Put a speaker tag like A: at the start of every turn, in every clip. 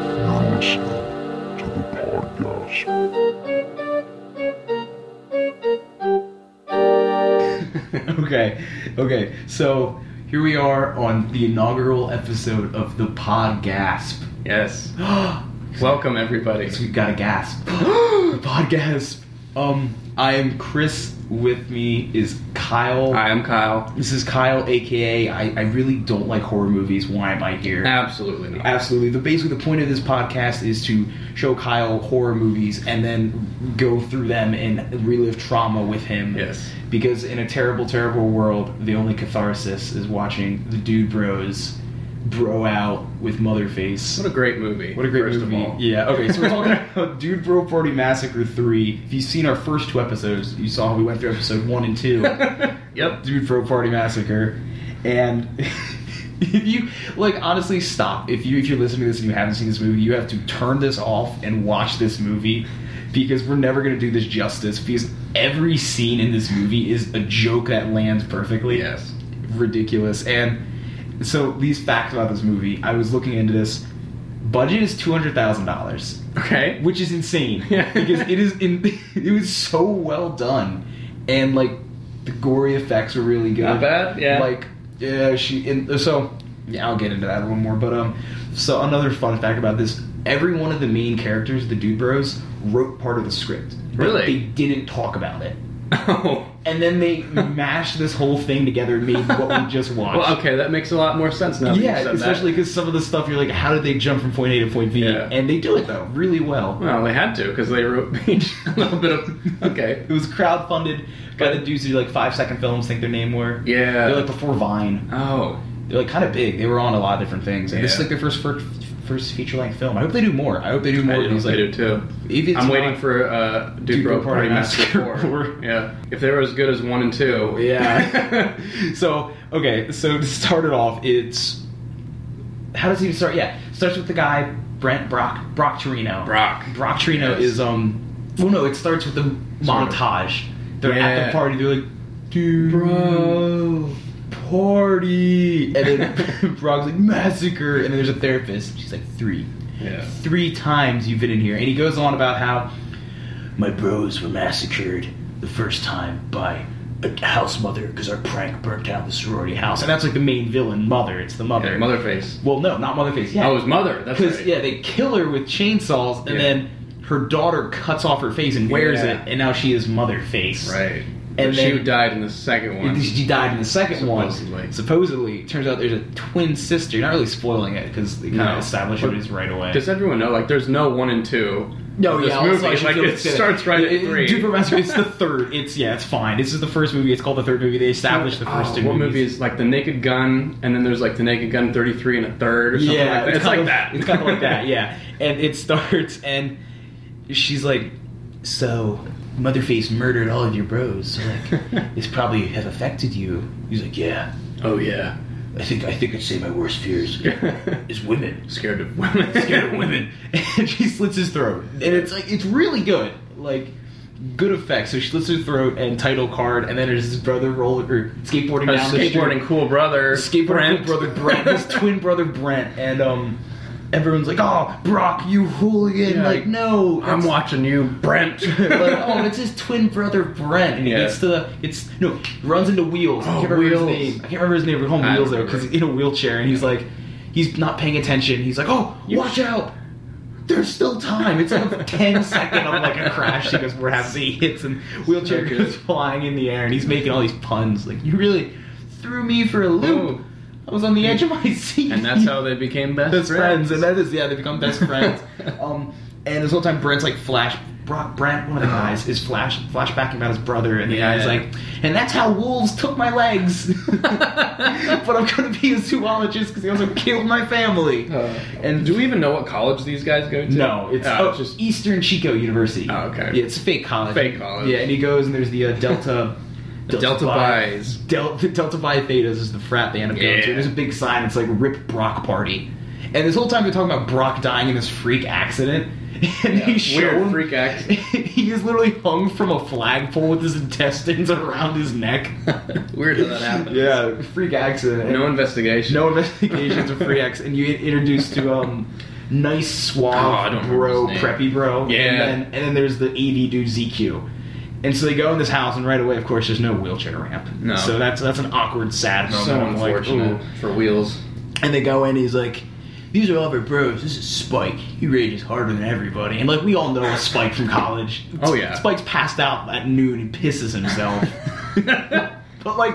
A: listen to the podcast.
B: okay, okay. So here we are on the inaugural episode of the Pod Gasp.
C: Yes. Welcome everybody.
B: we gotta gasp. Pod Gasp. Um, I am Chris. With me is Kyle.
C: Hi, I'm Kyle.
B: This is Kyle, aka I, I really don't like horror movies. Why am I here?
C: Absolutely not.
B: Absolutely. The basically the point of this podcast is to show Kyle horror movies and then go through them and relive trauma with him.
C: Yes.
B: Because in a terrible, terrible world, the only catharsis is watching the dude bros bro out with Motherface.
C: What a great movie.
B: What a great
C: first
B: movie.
C: Of all.
B: Yeah, okay, so we're talking about Dude Bro Party Massacre 3. If you've seen our first two episodes, you saw how we went through episode 1 and 2.
C: Yep.
B: Dude Bro Party Massacre. And if you like honestly stop. If you if you're listening to this and you haven't seen this movie, you have to turn this off and watch this movie because we're never gonna do this justice because every scene in this movie is a joke that lands perfectly
C: Yes.
B: ridiculous. And so these facts about this movie, I was looking into this. Budget is two hundred thousand dollars,
C: Okay.
B: which is insane
C: Yeah.
B: because it is in, it was so well done, and like the gory effects were really good.
C: Not bad, yeah.
B: Like yeah, she and uh, so yeah, I'll get into that a little more. But um, so another fun fact about this: every one of the main characters, the Dude Bros, wrote part of the script. but
C: Really?
B: they didn't talk about it.
C: Oh.
B: And then they mashed this whole thing together and made what we just watched.
C: Well, okay, that makes a lot more sense now. that you
B: yeah,
C: said
B: especially because some of the stuff you're like, how did they jump from point A to point B?
C: Yeah.
B: And they do it though really
C: That.
B: well.
C: Well, they had to because they wrote me a little bit of. Okay.
B: It was crowdfunded by the dudes who do like five second films. Think their name were.
C: Yeah.
B: They're like before Vine.
C: oh.
B: They're like kind of big. They were on a lot of different things. And this is
C: Yeah.
B: like their first first, first feature length film. I hope they do more. I hope they do more.
C: I
B: of
C: do,
B: these, like,
C: I do too.
B: If it's
C: I'm waiting
B: not-
C: for uh, Duke,
B: Duke
C: Bro
B: Bro Party
C: Party Massacre
B: Massacre
C: 4. Yeah. If they were as good as 1 and 2.
B: Yeah. so okay, so to start it off, it's how does it even start? Yeah, starts with the guy Brent Brock Brock Torino.
C: Brock.
B: Brock Torino
C: Yes.
B: is um. Well, no, it starts with the
C: Sort of.
B: montage. They're at
C: Yeah.
B: the party. They're like, dude,
C: Bro.
B: party, and then Brock's like massacre, and then there's a therapist. She's like three
C: yeah.
B: three times you've been in here. And he goes on about how my bros were massacred the first time by a house mother because our prank burnt down the sorority house. And that's like the main villain, mother. It's the mother.
C: yeah. Motherface.
B: Well, no, not motherface. Yeah,
C: Oh, his mother. That's
B: because
C: right.
B: yeah, they kill her with chainsaws, and
C: Yeah.
B: then her daughter cuts off her face and wears
C: Yeah.
B: it, and now she is motherface.
C: Right.
B: And
C: And she
B: then-
C: died in the second one.
B: She died in the second one.
C: Supposedly.
B: Supposedly, turns out there's a twin sister. You're not really spoiling it because they kind
C: No.
B: of establish
C: But-
B: it is right away.
C: Does everyone know? Like, there's no one and two.
B: No,
C: of this
B: yeah,
C: movie.
B: Also, I should
C: like
B: feel
C: it
B: it's-
C: starts right
B: it-
C: at
B: it-
C: three.
B: Duper Master, it's the third. It's yeah, it's fine. This is the first movie. It's called the third movie. They established the first
C: Oh,
B: two.
C: what
B: movies.
C: movie is like the Naked Gun, and then there's like the Naked Gun 33 and a third, or something
B: Yeah,
C: like that. It's, like
B: kind of-
C: that.
B: It's kind of like that. Yeah, and it starts, and she's like, "So, Motherface murdered all of your bros. So like, this probably has affected you." He's like, "Yeah,
C: oh yeah.
B: I think I think I'd say my worst fears is women."
C: Scared of women.
B: scared of women. And she slits his throat. And it's like it's really good. Like good effects. So she slits her throat and title card and then there's his brother roller or skateboarding
C: Her
B: down the street.
C: skateboarding cool brother.
B: skateboarding
C: Brent.
B: with brother Brent, his twin brother Brent, and um everyone's like, Oh, Brock, you hooligan,
C: Yeah.
B: like no
C: I'm
B: that's-
C: watching you, Brent.
B: like, oh, it's his twin brother Brent, and he
C: Yeah.
B: gets to the it's no runs into Wheels. I
C: Oh,
B: can't remember
C: Wheels.
B: his name. I can't remember his name. We call him
C: I
B: Wheels though,
C: remember.
B: because he's in a wheelchair and he's like, he's not paying attention. He's like, oh,
C: You-
B: watch out. There's still time. It's like a 10 second of like a crash because we're having he hits and wheelchair
C: So good.
B: goes flying in the air and he's making all these puns. Like you really threw me for a loop.
C: Ooh.
B: I was on the edge of my seat
C: and Oh. that's how they became best,
B: best friends. and that is yeah, they become best friends. Um, and this whole time, Brent's like flash. Brock, Brent, one of the guys, is flash flashbacking about his brother, and the
C: Oh. Yeah.
B: guy's like, and that's how wolves took my legs. but I'm gonna be a zoologist because he also killed my family.
C: Uh,
B: and
C: do we even know what college these guys go to?
B: no, it's
C: Oh,
B: oh,
C: just
B: Eastern Chico University.
C: Oh, okay.
B: Yeah, it's a fake college.
C: Fake college.
B: Yeah, and he goes and there's the uh, Delta.
C: The Delta Bi's.
B: Del, the Delta Phi Thetas is the frat they end up going
C: Yeah.
B: to. There's a big sign. It's like Rip Brock Party. And this whole time they're talking about Brock dying in this freak accident. And
C: Yeah,
B: he's
C: weird
B: shown,
C: freak accident.
B: He is literally hung from a flagpole with his intestines around his neck.
C: weird how that happens.
B: yeah, freak accident.
C: No investigation.
B: No investigations of free X, and you get introduced to um, nice
C: Oh, I
B: suave
C: don't remember
B: bro,
C: his name.
B: preppy bro.
C: Yeah.
B: And then, and then there's the AV dude ZQ. And so they go in this house, and right away, of course, there's no wheelchair ramp.
C: No.
B: So that's that's an awkward, sad moment.
C: so
B: I'm like,
C: unfortunate
B: ooh.
C: for wheels.
B: And they go in, and he's like, These are all of our bros. This is Spike. He rages harder than everybody. And, like, we all know Spike from college.
C: Oh, yeah.
B: Spike's passed out at noon and pisses himself. but, like,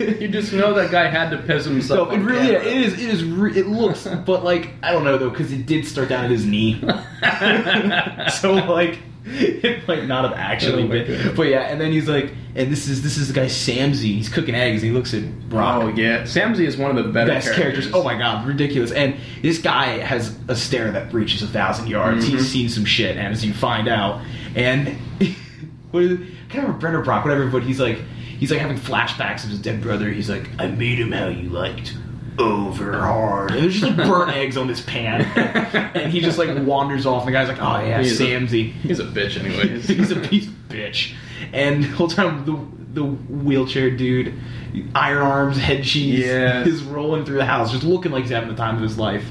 C: You just know that guy had to piss himself.
B: so it
C: on
B: really
C: camera.
B: it is it is re- it looks but like I don't know though because it did start down at his knee so like it might not have actually
C: Oh my
B: been
C: God.
B: but yeah and then he's like and this is this is the guy Samzy he's cooking eggs and he looks at Brock
C: Oh yeah, Samsey is one of the better
B: best characters. Oh my god, ridiculous! And this guy has a stare that reaches a thousand yards.
C: Mhm.
B: He's seen some shit, and as you find out, and what is it? I can't remember Brent or Brock, whatever. But he's like, he's like having flashbacks of his dead brother. He's like, I made him how you liked. Over hard. And there's just like burnt eggs on this pan, and he just like wanders off. And the guy's like, "Oh yeah,
C: He's a-
B: Samsy."
C: He's a bitch, anyways.
B: he's a piece of bitch. And the whole time the the wheelchair dude, iron arms, head cheese,
C: Yeah.
B: is rolling through the house, just looking like he's having the time of his life.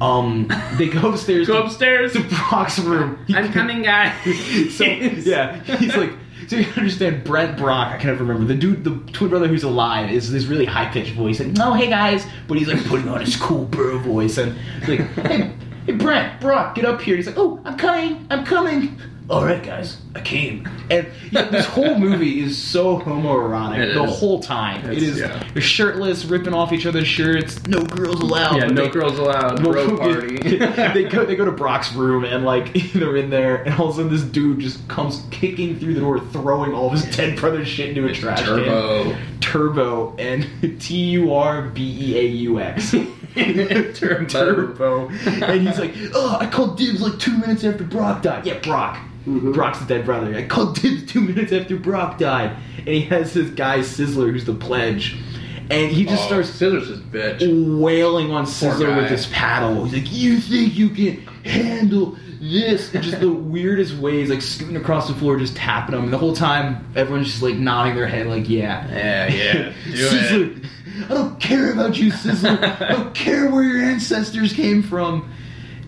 B: Um, they go upstairs.
C: Go
B: to-
C: upstairs.
B: to Brock's room.
C: I'm coming, guys.
B: So yeah, he's like. So you understand, Brent Brock, I can never remember the dude, the twin brother who's alive, is this really high pitched voice, like, "No, hey guys," but he's like putting on his cool bro voice, and he's like, "Hey, hey, Brent, Brock, get up here." He's like, "Oh, I'm coming, I'm coming." All right, guys, I came. And yeah, this whole movie is so homoerotic
C: It
B: the
C: is.
B: whole time. It's,
C: It's- yeah.
B: they're shirtless, ripping off each other's shirts. No girls allowed.
C: yeah,
B: but
C: no
B: they-
C: girls allowed.
B: no,
C: Bro party.
B: they go they go to Brock's room and like they're in there and all of a sudden this dude just comes kicking through the door, throwing all of his dead brother's shit into a trash
C: Turbo.
B: can. Turbo and T U R B E A U X.
C: Turbo.
B: Turbo. And he's like, oh, I called dibs like two minutes after Brock died. Yeah, Brock.
C: Mm-hmm.
B: Brock's the dead brother. I called dibs two minutes after Brock died. And he has this guy, Sizzler, who's the pledge. And he just
C: Oh,
B: starts Oh
C: Scissors is bitch.
B: wailing on Sizzler
C: guy.
B: with his paddle. He's like, "You think you can handle this?" And just the weirdest ways, like scooting across the floor, just tapping him. And the whole time, everyone's just like nodding their head, like, "Yeah,
C: Yeah, yeah. Do it.
B: Sizzler, I don't care about you, Sizzler. I don't care where your ancestors came from."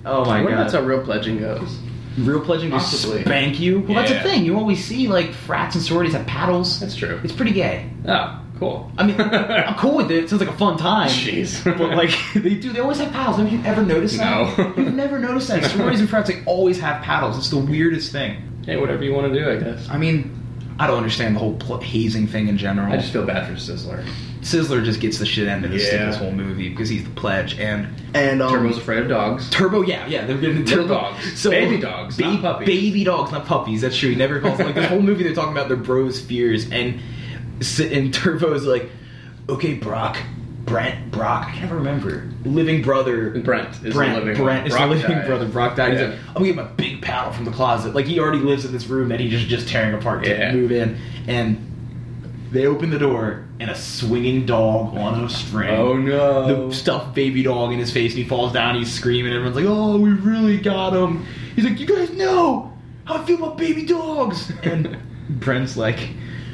B: Oh
C: I
B: my
C: wonder if
B: god!
C: that's how real pledging goes.
B: Real pledging to
C: Possibly.
B: spank you. Well, that's
C: Yeah.
B: a thing. You always see like frats and sororities have paddles.
C: That's true.
B: It's pretty gay.
C: Oh, cool.
B: I mean, I'm cool with it. Sounds like a fun time.
C: Jeez.
B: But like they do, they always have paddles. Have you ever noticed that?
C: No.
B: You've never noticed that. Sororities and frats they always have paddles. It's the weirdest thing.
C: hey, whatever you want to do, I guess.
B: I mean, I don't understand the whole pl- hazing thing in general.
C: I just feel bad for Sizzler.
B: Sizzler just gets the shit end of his stick
C: Yeah.
B: this whole movie because he's the pledge and and um,
C: Turbo's afraid of dogs.
B: Turbo, yeah, yeah, they're getting turbo
C: dogs. Baby dogs, not puppies.
B: Baby dogs, not puppies. That's true. He never calls like this whole movie. They're talking about their bros' fears, and s- and Turbo's like, okay, Brock, Brent, Brock. I can't remember. Living brother,
C: Brent is the
B: Brent,
C: living one.
B: Brent is
C: Brock
B: the living
C: died.
B: brother. Brock died.
C: Yeah.
B: He's like, I'm gonna get my big paddle from the closet. Like he already lives in this room that he just just tearing apart to
C: Yeah.
B: move in, and. They open the door and a swinging dog on a string
C: Oh no.
B: the stuffed baby dog in his face and he falls down he's screaming everyone's like oh we really got him he's like you guys know how i feel about baby dogs and brent's like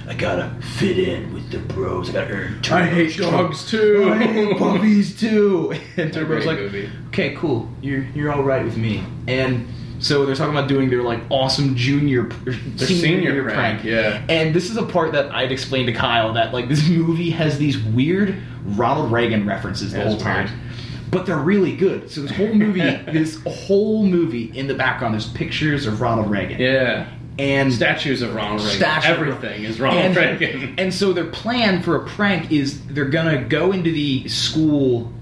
B: i gotta fit in with the bros i gotta earn
C: I hate
B: Turbo's
C: dogs, too."
B: i hate puppies too and
C: a
B: turbo's
C: great
B: like
C: movie.
B: okay cool you're, you're all right with me and so they're talking about doing their like awesome junior pr-
C: Their senior prank, yeah.
B: and this is a part that I'd explained to Kyle that like this movie has these weird Ronald Reagan references the
C: Yeah,
B: whole
C: it's
B: time.
C: weird.
B: But they're really good. So this whole movie, this whole movie in the background, there's pictures of Ronald Reagan
C: yeah.
B: and
C: Statues of Ronald Reagan.
B: Statue.
C: Everything is
B: and,
C: Ronald Reagan.
B: And so their plan for a prank is they're gonna go into the school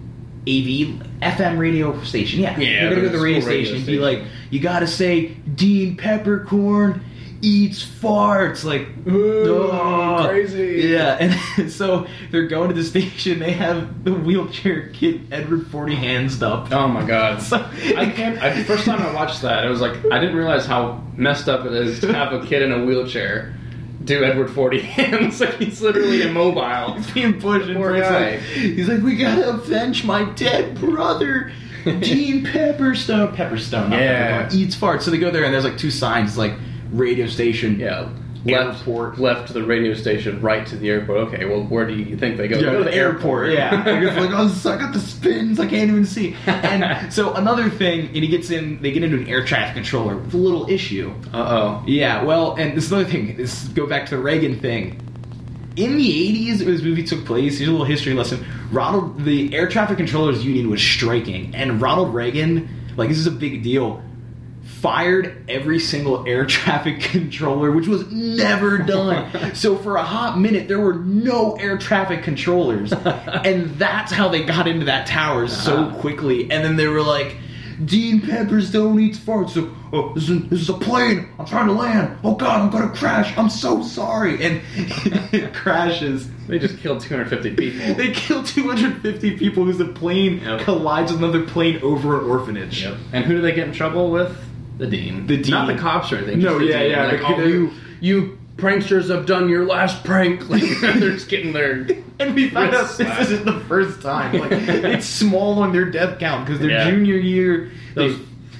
B: AV FM radio station. Yeah,
C: Yeah,
B: they're gonna go to
C: the
B: the radio
C: school radio
B: station and be like,
C: station.
B: "You gotta say Dean Peppercorn eats farts." Like,
C: Ooh,
B: "Ugh."
C: crazy.
B: Yeah, and so they're going to the station. They have the wheelchair kid Edward Forty hands up.
C: Oh my god.
B: So-
C: I can't. I, the first time I watched that, I was like, I didn't realize how messed up it is to have a kid in a wheelchair do Edward Forty hands. like he's literally immobile.
B: He's being pushed. and
C: Poor
B: Frank's
C: guy.
B: like- he's like, we gotta avenge my dead brother, Dean Pepperstone. Pepperstone, not
C: Yeah.
B: Peppercorn, eats farts. So they go there, and there's like two signs, like radio station,
C: Yeah. left
B: Airport.
C: left the radio station right to the airport. Okay, well, where do you think they go? They
B: Yeah,
C: go to
B: the airport. Yeah, And it's like oh, so I got the spins. I can't even see. And so another thing, and he gets in. They get into an air traffic controller with a little issue.
C: uh oh.
B: Yeah, well, and this is another thing. This go back to the Reagan thing. In the 80s, when this movie took place, here's a little history lesson. Ronald, the air traffic controllers union was striking, and Ronald Reagan, like this is a big deal, fired every single air traffic controller, which was never done. so for a hot minute, there were no air traffic controllers, and that's how they got into that tower so
C: Uh-huh.
B: quickly. And then they were like, Dean Peppers don't eat farts. So, oh, this, is, this is a plane. I'm trying to land. Oh God, I'm gonna crash. I'm so sorry. And it crashes.
C: They just killed 250 people.
B: They kill 250 people because the plane
C: Yep.
B: collides with another plane over an orphanage.
C: Yep. And who do they get in trouble with? The dean.
B: The dean.
C: Not the cops or anything.
B: No,
C: just the
B: yeah,
C: dean.
B: yeah,
C: Like,
B: the-
C: oh,
B: the-
C: you, you pranksters have done your last prank. Like they're just getting their.
B: And we found out
C: Wrist
B: this
C: slap.
B: isn't the first time. Like, it's small on their death count because their
C: Yeah.
B: junior year, they-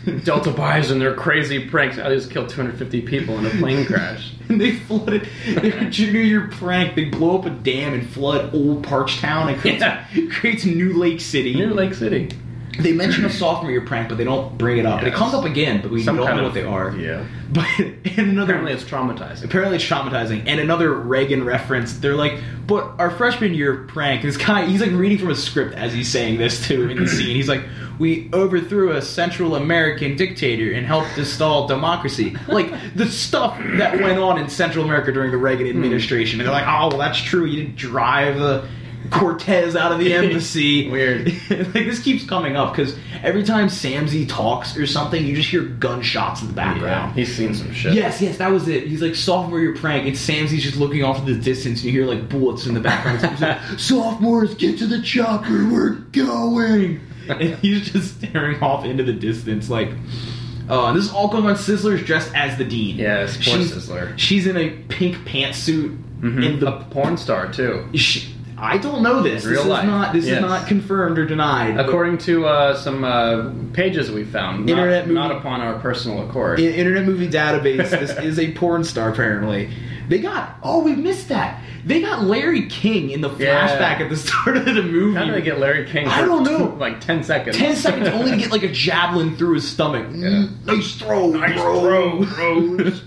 C: Those Delta buys and their crazy pranks. I just killed 250 people in a plane crash.
B: And they flooded their junior year prank. They blow up a dam and flood old Parch Town and creates,
C: Yeah.
B: creates New Lake City.
C: Near Lake City.
B: They mention a sophomore year prank, but they don't bring it up.
C: Yeah.
B: It comes up again, but we
C: Some
B: don't
C: kind
B: know
C: of-
B: what they are.
C: Yeah.
B: But and another
C: Apparently it's traumatizing.
B: apparently it's traumatizing. And another Reagan reference. They're like, but our freshman year prank. This guy, he's like reading from a script as he's saying this too in the scene. He's like, we overthrew a Central American dictator and helped install democracy. Like the stuff that went on in Central America during the Reagan administration. And they're like, oh, well, that's true. You didn't drive the Cortez out of the embassy.
C: Weird.
B: like this keeps coming up because every time Samzy talks or something, you just hear gunshots in the background.
C: Yeah. He's seen some shit.
B: Yes, yes, that was it. He's like sophomore year prank, and Samsy's just looking off in the distance, and you hear like bullets in the background. He's like, Sophomores, get to the chopper, we're going. And he's just staring off into the distance, like. Uh, this is all going on. Sizzler's dressed as the dean.
C: Yes, poor
B: she's,
C: Sizzler.
B: She's in a pink pantsuit. In
C: Mhm.
B: the
C: a porn star too.
B: she, I don't know this.
C: Real
B: this
C: life.
B: is not. This is
C: Yes.
B: not confirmed or denied.
C: According to uh, some uh, pages we found, not,
B: Internet movie-
C: not upon our personal accord.
B: In- Internet Movie Database, this is a porn star apparently. They got oh we missed that. They got Larry King in the flashback
C: Yeah.
B: at the start of the movie.
C: How did they get Larry King?
B: I
C: for
B: don't know.
C: Like ten seconds.
B: Ten seconds only to get like a javelin through his stomach. Mm, nice throw,
C: Nice
B: bro.
C: throw, Rose.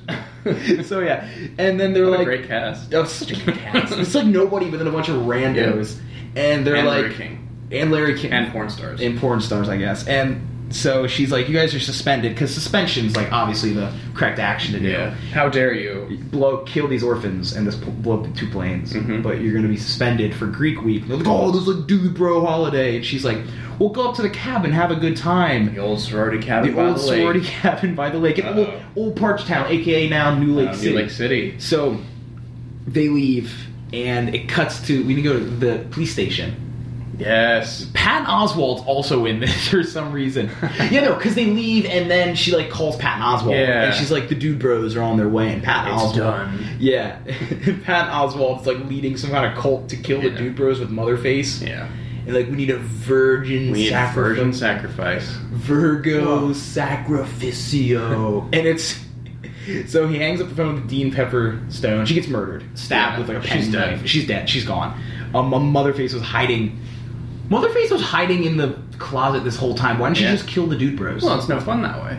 B: so yeah, and then they're
C: what a
B: like,
C: great cast.
B: oh, such a good cast. it's like nobody, but then a bunch of randos, and they're
C: and
B: like,
C: Larry King
B: and Larry King,
C: and porn stars.
B: in porn stars, I guess. And so she's like, you guys are suspended because suspension's like obviously the correct action to do.
C: yeah. How dare you?
B: blow kill these orphans and this pl- blow up two planes
C: Mhm.
B: but you're gonna be suspended for greek week And they're like oh this is like dude bro holiday and she's like we'll go up to the cabin have a good time
C: The old sorority cabin.
B: the
C: by
B: old
C: the lake.
B: sorority cabin by the lake in old,
C: Uh-oh.
B: old parch town aka now new
C: Uh,
B: lake,
C: New
B: city.
C: Lake City.
B: so they leave and it cuts to we need to go to the police station
C: Yes.
B: Patton Oswald's also in this for some reason. yeah, no, because they leave and then she like calls Patton Oswald
C: Yeah.
B: and she's like, the dude bros are on their way and Patton
C: It's
B: Oswald.
C: done.
B: Yeah, Patton Oswald's like leading some kind of cult to kill the
C: Yeah.
B: dude bros with Motherface,
C: Yeah.
B: and like we need a virgin
C: We need a
B: sacrifice,
C: virgin sacrifice.
B: Virgo
C: Whoa.
B: sacrificio, and it's so he hangs up the phone with Dean Pepper Stone. She gets murdered, stabbed
C: Yeah.
B: with like a
C: She's dead.
B: penknife. She's dead. She's gone. Um, Motherface was hiding. Motherface was hiding in the closet this whole time. Why didn't
C: Yeah.
B: she just kill the dude bros?
C: Well, it's no fun that way.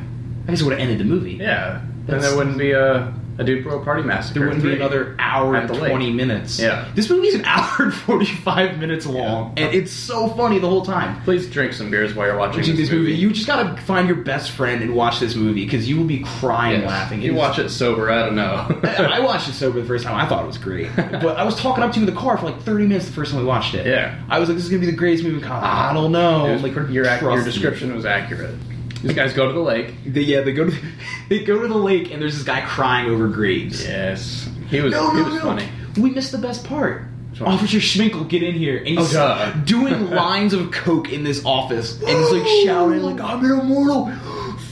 B: I guess it would have ended the movie.
C: Yeah. Then
B: That's-
C: there wouldn't be a, a dude bro party massacre.
B: There wouldn't be
C: three.
B: another hour
C: At
B: and
C: the lake.
B: 20 minutes.
C: Yeah.
B: This movie's an hour and 45 minutes long, and it's so funny the whole time.
C: Please drink some beers while you're watching
B: Watching
C: this, movie.
B: you just gotta find your best friend and watch this movie because you will be crying
C: Yes.
B: laughing.
C: You
B: is-
C: watch it sober. I don't
B: I
C: know.
B: watched it sober the first time. I thought it was great, but I was talking up to you in the car for like 30 minutes the first time we watched it.
C: Yeah. Ah.
B: I was like, "This is gonna be the greatest movie." in college. I don't know.
C: It was
B: like
C: pre- your, ac- your
B: trust me.
C: description was accurate. These guys go to the lake.
B: They, yeah, they go to they go to the lake and there's this guy crying over graves.
C: Yes, he was.
B: No,
C: he
B: no,
C: was
B: no.
C: funny.
B: We missed the best part.
C: Which one?
B: Officer Schminkel, get in here, and he's
C: Oh, duh.
B: doing lines of coke in this office, and he's like shouting, "Like I'm an immortal,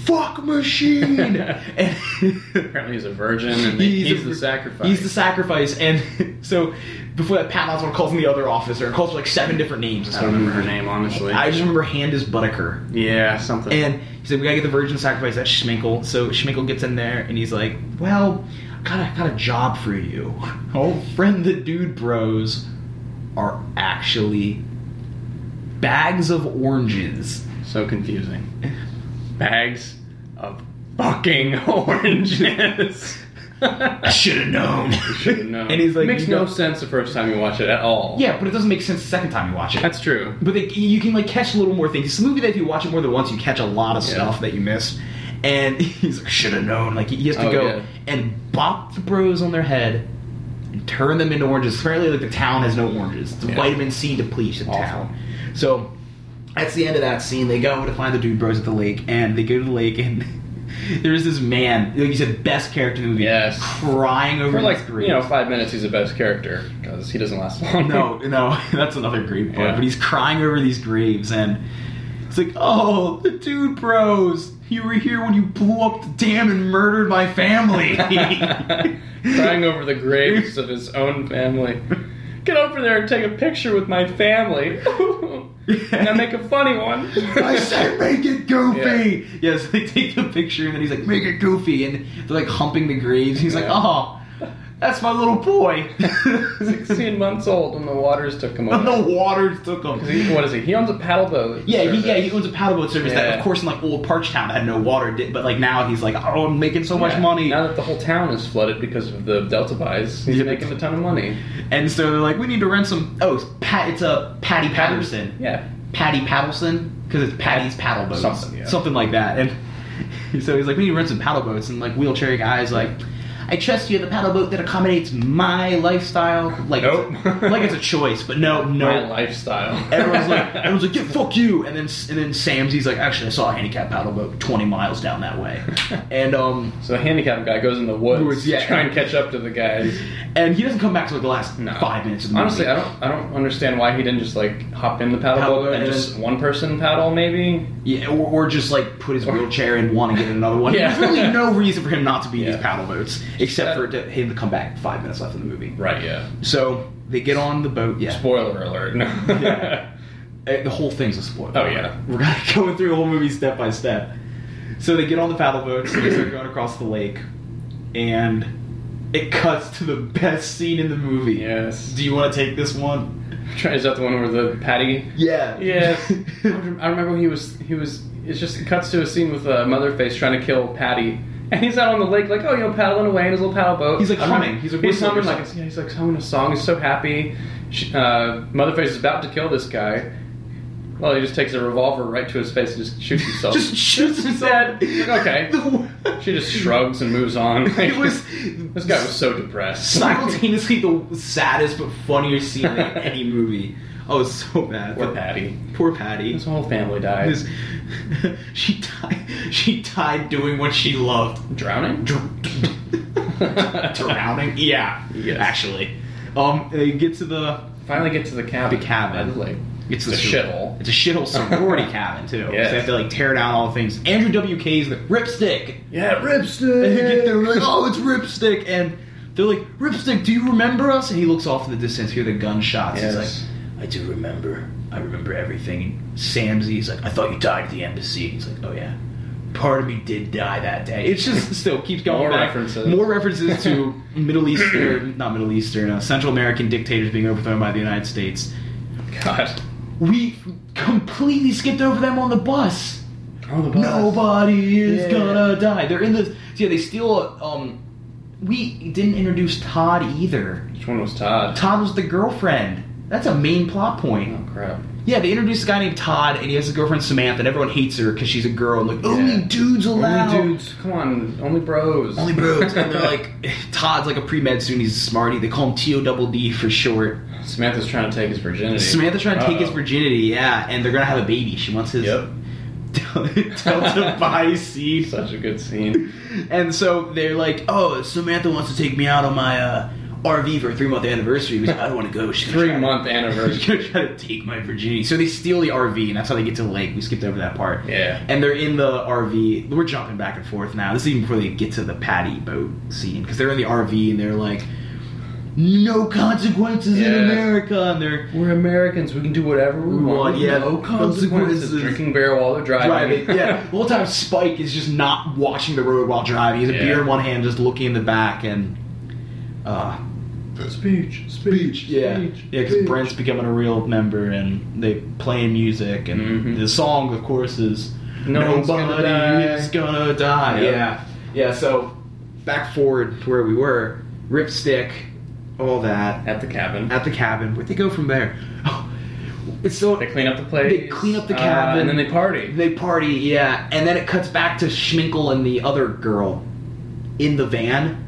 B: fuck machine!" and
C: Apparently, he's a virgin, and he's,
B: a-
C: the sacrifice.
B: He's the sacrifice, and so before that, Pat Oswald calls him the other officer and calls her like seven different names.
C: I don't remember her name honestly.
B: I just remember hand is Buttiker.
C: yeah, something.
B: And he said, We gotta get the virgin sacrifice at Schminkel. So Schminkel gets in there and he's like, Well, got a, got a job for you. Oh, friend, the dude bros are actually bags of oranges.
C: So confusing. Bags of fucking oranges.
B: I should have known.
C: no.
B: And he's like,
C: makes
B: you
C: no
B: go-
C: sense the first time you watch it at all.
B: yeah, but it doesn't make sense the second time you watch it.
C: that's true.
B: but they, you can like catch a little more things. It's a movie that if you watch it more than once, you catch a lot of
C: Yeah.
B: stuff that you missed. And he's like, should have known. Like he has to
C: Oh,
B: go
C: yeah.
B: and bop the bros on their head and turn them into oranges. Apparently, like the town has no oranges. It's
C: Yeah.
B: vitamin C depletion
C: Awful.
B: town. So that's the end of that scene. They go to find the dude bros at the lake, and they go to the lake and. There's this man, like you said, best character in the movie,
C: Yes.
B: crying over
C: For
B: his
C: like
B: grief.
C: you know five minutes, he's the best character because he doesn't last long.
B: No, no, that's another great part.
C: Yeah.
B: But he's crying over these graves, and it's like, oh, the dude bros, you were here when you blew up the dam and murdered my family.
C: crying over the graves of his own family. Get over there and take a picture with my family. and I make a funny one.
B: I said, make it goofy. Yes, they take the picture, and then he's like, make it goofy, and they're like humping the graves. He's like,
C: Yeah.
B: oh, that's my little boy.
C: Sixteen months old when the waters took him
B: And the
C: away.
B: water took him.
C: 'Cause he- what is he? He owns a paddle boat.
B: Yeah, he, yeah,
C: service.
B: he owns a paddleboat service that,
C: Yeah.
B: of course, in like old Parch Town had no water, did- but like now he's like, oh, I'm making so much
C: Yeah.
B: money.
C: Now that the whole town is flooded because of the Delta buys, he's
B: Yeah.
C: making a ton of money.
B: And so they're like, we need to rent some. Oh, it's, Pat, it's a Patty Patterson.
C: Yeah.
B: Patty Paddleson? Because it's Patty's paddle boats.
C: Something, yeah.
B: Something like that. And so he's like, we need to rent some paddle boats. And like, wheelchair guy's like, I trust you have a paddle boat that accommodates my lifestyle. Like, it's
C: Nope.
B: a, like it's a choice, but no, no.
C: My lifestyle.
B: Everyone's like, everyone's like, yeah, fuck you. And then, and then Sam's, he's like, actually, I saw a handicap paddle boat 20 miles down that way. And, um,
C: so the handicapped guy goes in the woods,
B: Woods, yeah.
C: to try and catch up to the guys.
B: and he doesn't come back to like the last
C: No.
B: five minutes of the
C: Honestly,
B: movie.
C: I don't, I don't understand why he didn't just like hop in the paddle,
B: Paddle
C: boat
B: boat
C: and
B: and
C: just one person paddle, maybe.
B: Yeah, or, or just like put his wheelchair in one and get in another one.
C: Yeah.
B: There's really no reason for him not to be in
C: Yeah.
B: these paddle boats, except for to, him to come back five minutes left in the movie.
C: Right. Yeah.
B: So they get on the boat. Yeah,
C: Spoiler alert. No.
B: Yeah. Uh, the whole thing's a spoiler.
C: Oh, yeah.
B: we're gonna going through the whole movie step by step. So they get on the paddle boats. They start going across the lake, and it cuts to the best scene in the movie.
C: yes.
B: Do you want to take this one?
C: Is that the one where the Patty?
B: Yeah.
C: Yes. I rem- I remember he was he was. It's just it cuts to a scene with uh, Motherface trying to kill Patty, and he's out on the lake like oh you know paddling away in his little paddle boat.
B: He's, like,
C: I remember-
B: humming. He's, like,
C: he's
B: whistling or
C: humming like yeah, he's like humming a song. He's so happy. She, uh, Motherface is about to kill this guy. Well, he just takes a revolver right to his face and just shoots himself.
B: just shoots his head.
C: Okay. she just shrugs and moves on.
B: It was
C: this guy was so depressed.
B: simultaneously the saddest but funniest scene in any movie. Oh, it's so bad.
C: Poor
B: But-
C: Patty.
B: Poor Patty.
C: His whole family died.
B: This- she died. She died doing what she loved.
C: drowning.
B: Dr- Drowning. Yeah.
C: Yes.
B: Actually. Um. They get to the.
C: Finally, get to the cabin.
B: The cabin.
C: By the lake.
B: It's
C: the
B: the
C: shithole.
B: It's a shithole sorority cabin too. So
C: Yes.
B: they have to like tear down all the things. Andrew WK is the ripstick.
C: Yeah,
B: And you get
C: ribstick.
B: there, we're like, oh, it's Ripstick. And they're like, Ripstick, do you remember us? And he looks off in the distance, hear the gunshots.
C: Yes.
B: He's like, I do remember. I remember everything. And Samsey, he's like, I thought you died at the embassy. He's like, oh, yeah. Part of me did die that day. It's just still keeps going.
C: More
B: back.
C: references.
B: More references to Middle Eastern, not Middle Eastern, uh, Central American dictators being overthrown by the United States.
C: God.
B: We completely skipped over them on the bus.
C: Oh, the
B: Nobody is
C: Yeah.
B: gonna die. They're in this. Yeah, they steal. Um, we didn't introduce Todd either.
C: Which one was Todd?
B: Todd was the girlfriend. That's a main plot point.
C: Oh crap.
B: Yeah, they introduced a guy named Todd, and he has a girlfriend Samantha, and everyone hates her because she's a girl. And like, only
C: Yeah.
B: dudes allowed.
C: Only dudes. Come on. Only bros.
B: Only bros. and they're like, Todd's like a pre med student. He's a smarty. They call him T O double D for short.
C: Samantha's trying to take his virginity.
B: Samantha's trying to take his
C: Uh-oh.
B: virginity. Yeah, and they're gonna have a baby. She wants his
C: Yep.
B: Delta Pi seed.
C: Such a good scene.
B: And so they're like, "Oh, Samantha wants to take me out on my uh, RV for a three month anniversary." He's like, "I don't want to go." She's gonna
C: Three
B: try-
C: month anniversary.
B: She's gonna try to take my virginity. So they steal the RV, and that's how they get to the lake. We skipped over that part.
C: Yeah.
B: And they're in the RV. We're jumping back and forth now. This is even before they get to the patty boat scene because they're in the RV and they're like, no consequences in
C: Yeah.
B: America, and they're
C: We're Americans. We can do whatever we,
B: We want,
C: want.
B: yeah,
C: No consequences.
B: consequences.
C: Drinking beer while they're driving.
B: driving. yeah, the whole time Spike is just not watching the road while driving. He has a
C: Yeah.
B: beer in one hand, just looking in the back, and uh,
C: Speech. Speech.
B: yeah, yeah, because Brent's becoming a real member, and they play music, and
C: Mhm.
B: the song, of course, is
C: No one's
B: "Nobody
C: gonna die."
B: is gonna die."
C: Yep.
B: Yeah, yeah. So back forward to where we were, Ripstick, all that
C: At the cabin.
B: at the cabin. Where'd they go from there? Oh, it's so
C: They clean up the place.
B: They clean up the
C: uh,
B: cabin.
C: and then they party.
B: They party, yeah, and then it cuts back to Schminkel and the other girl in the van,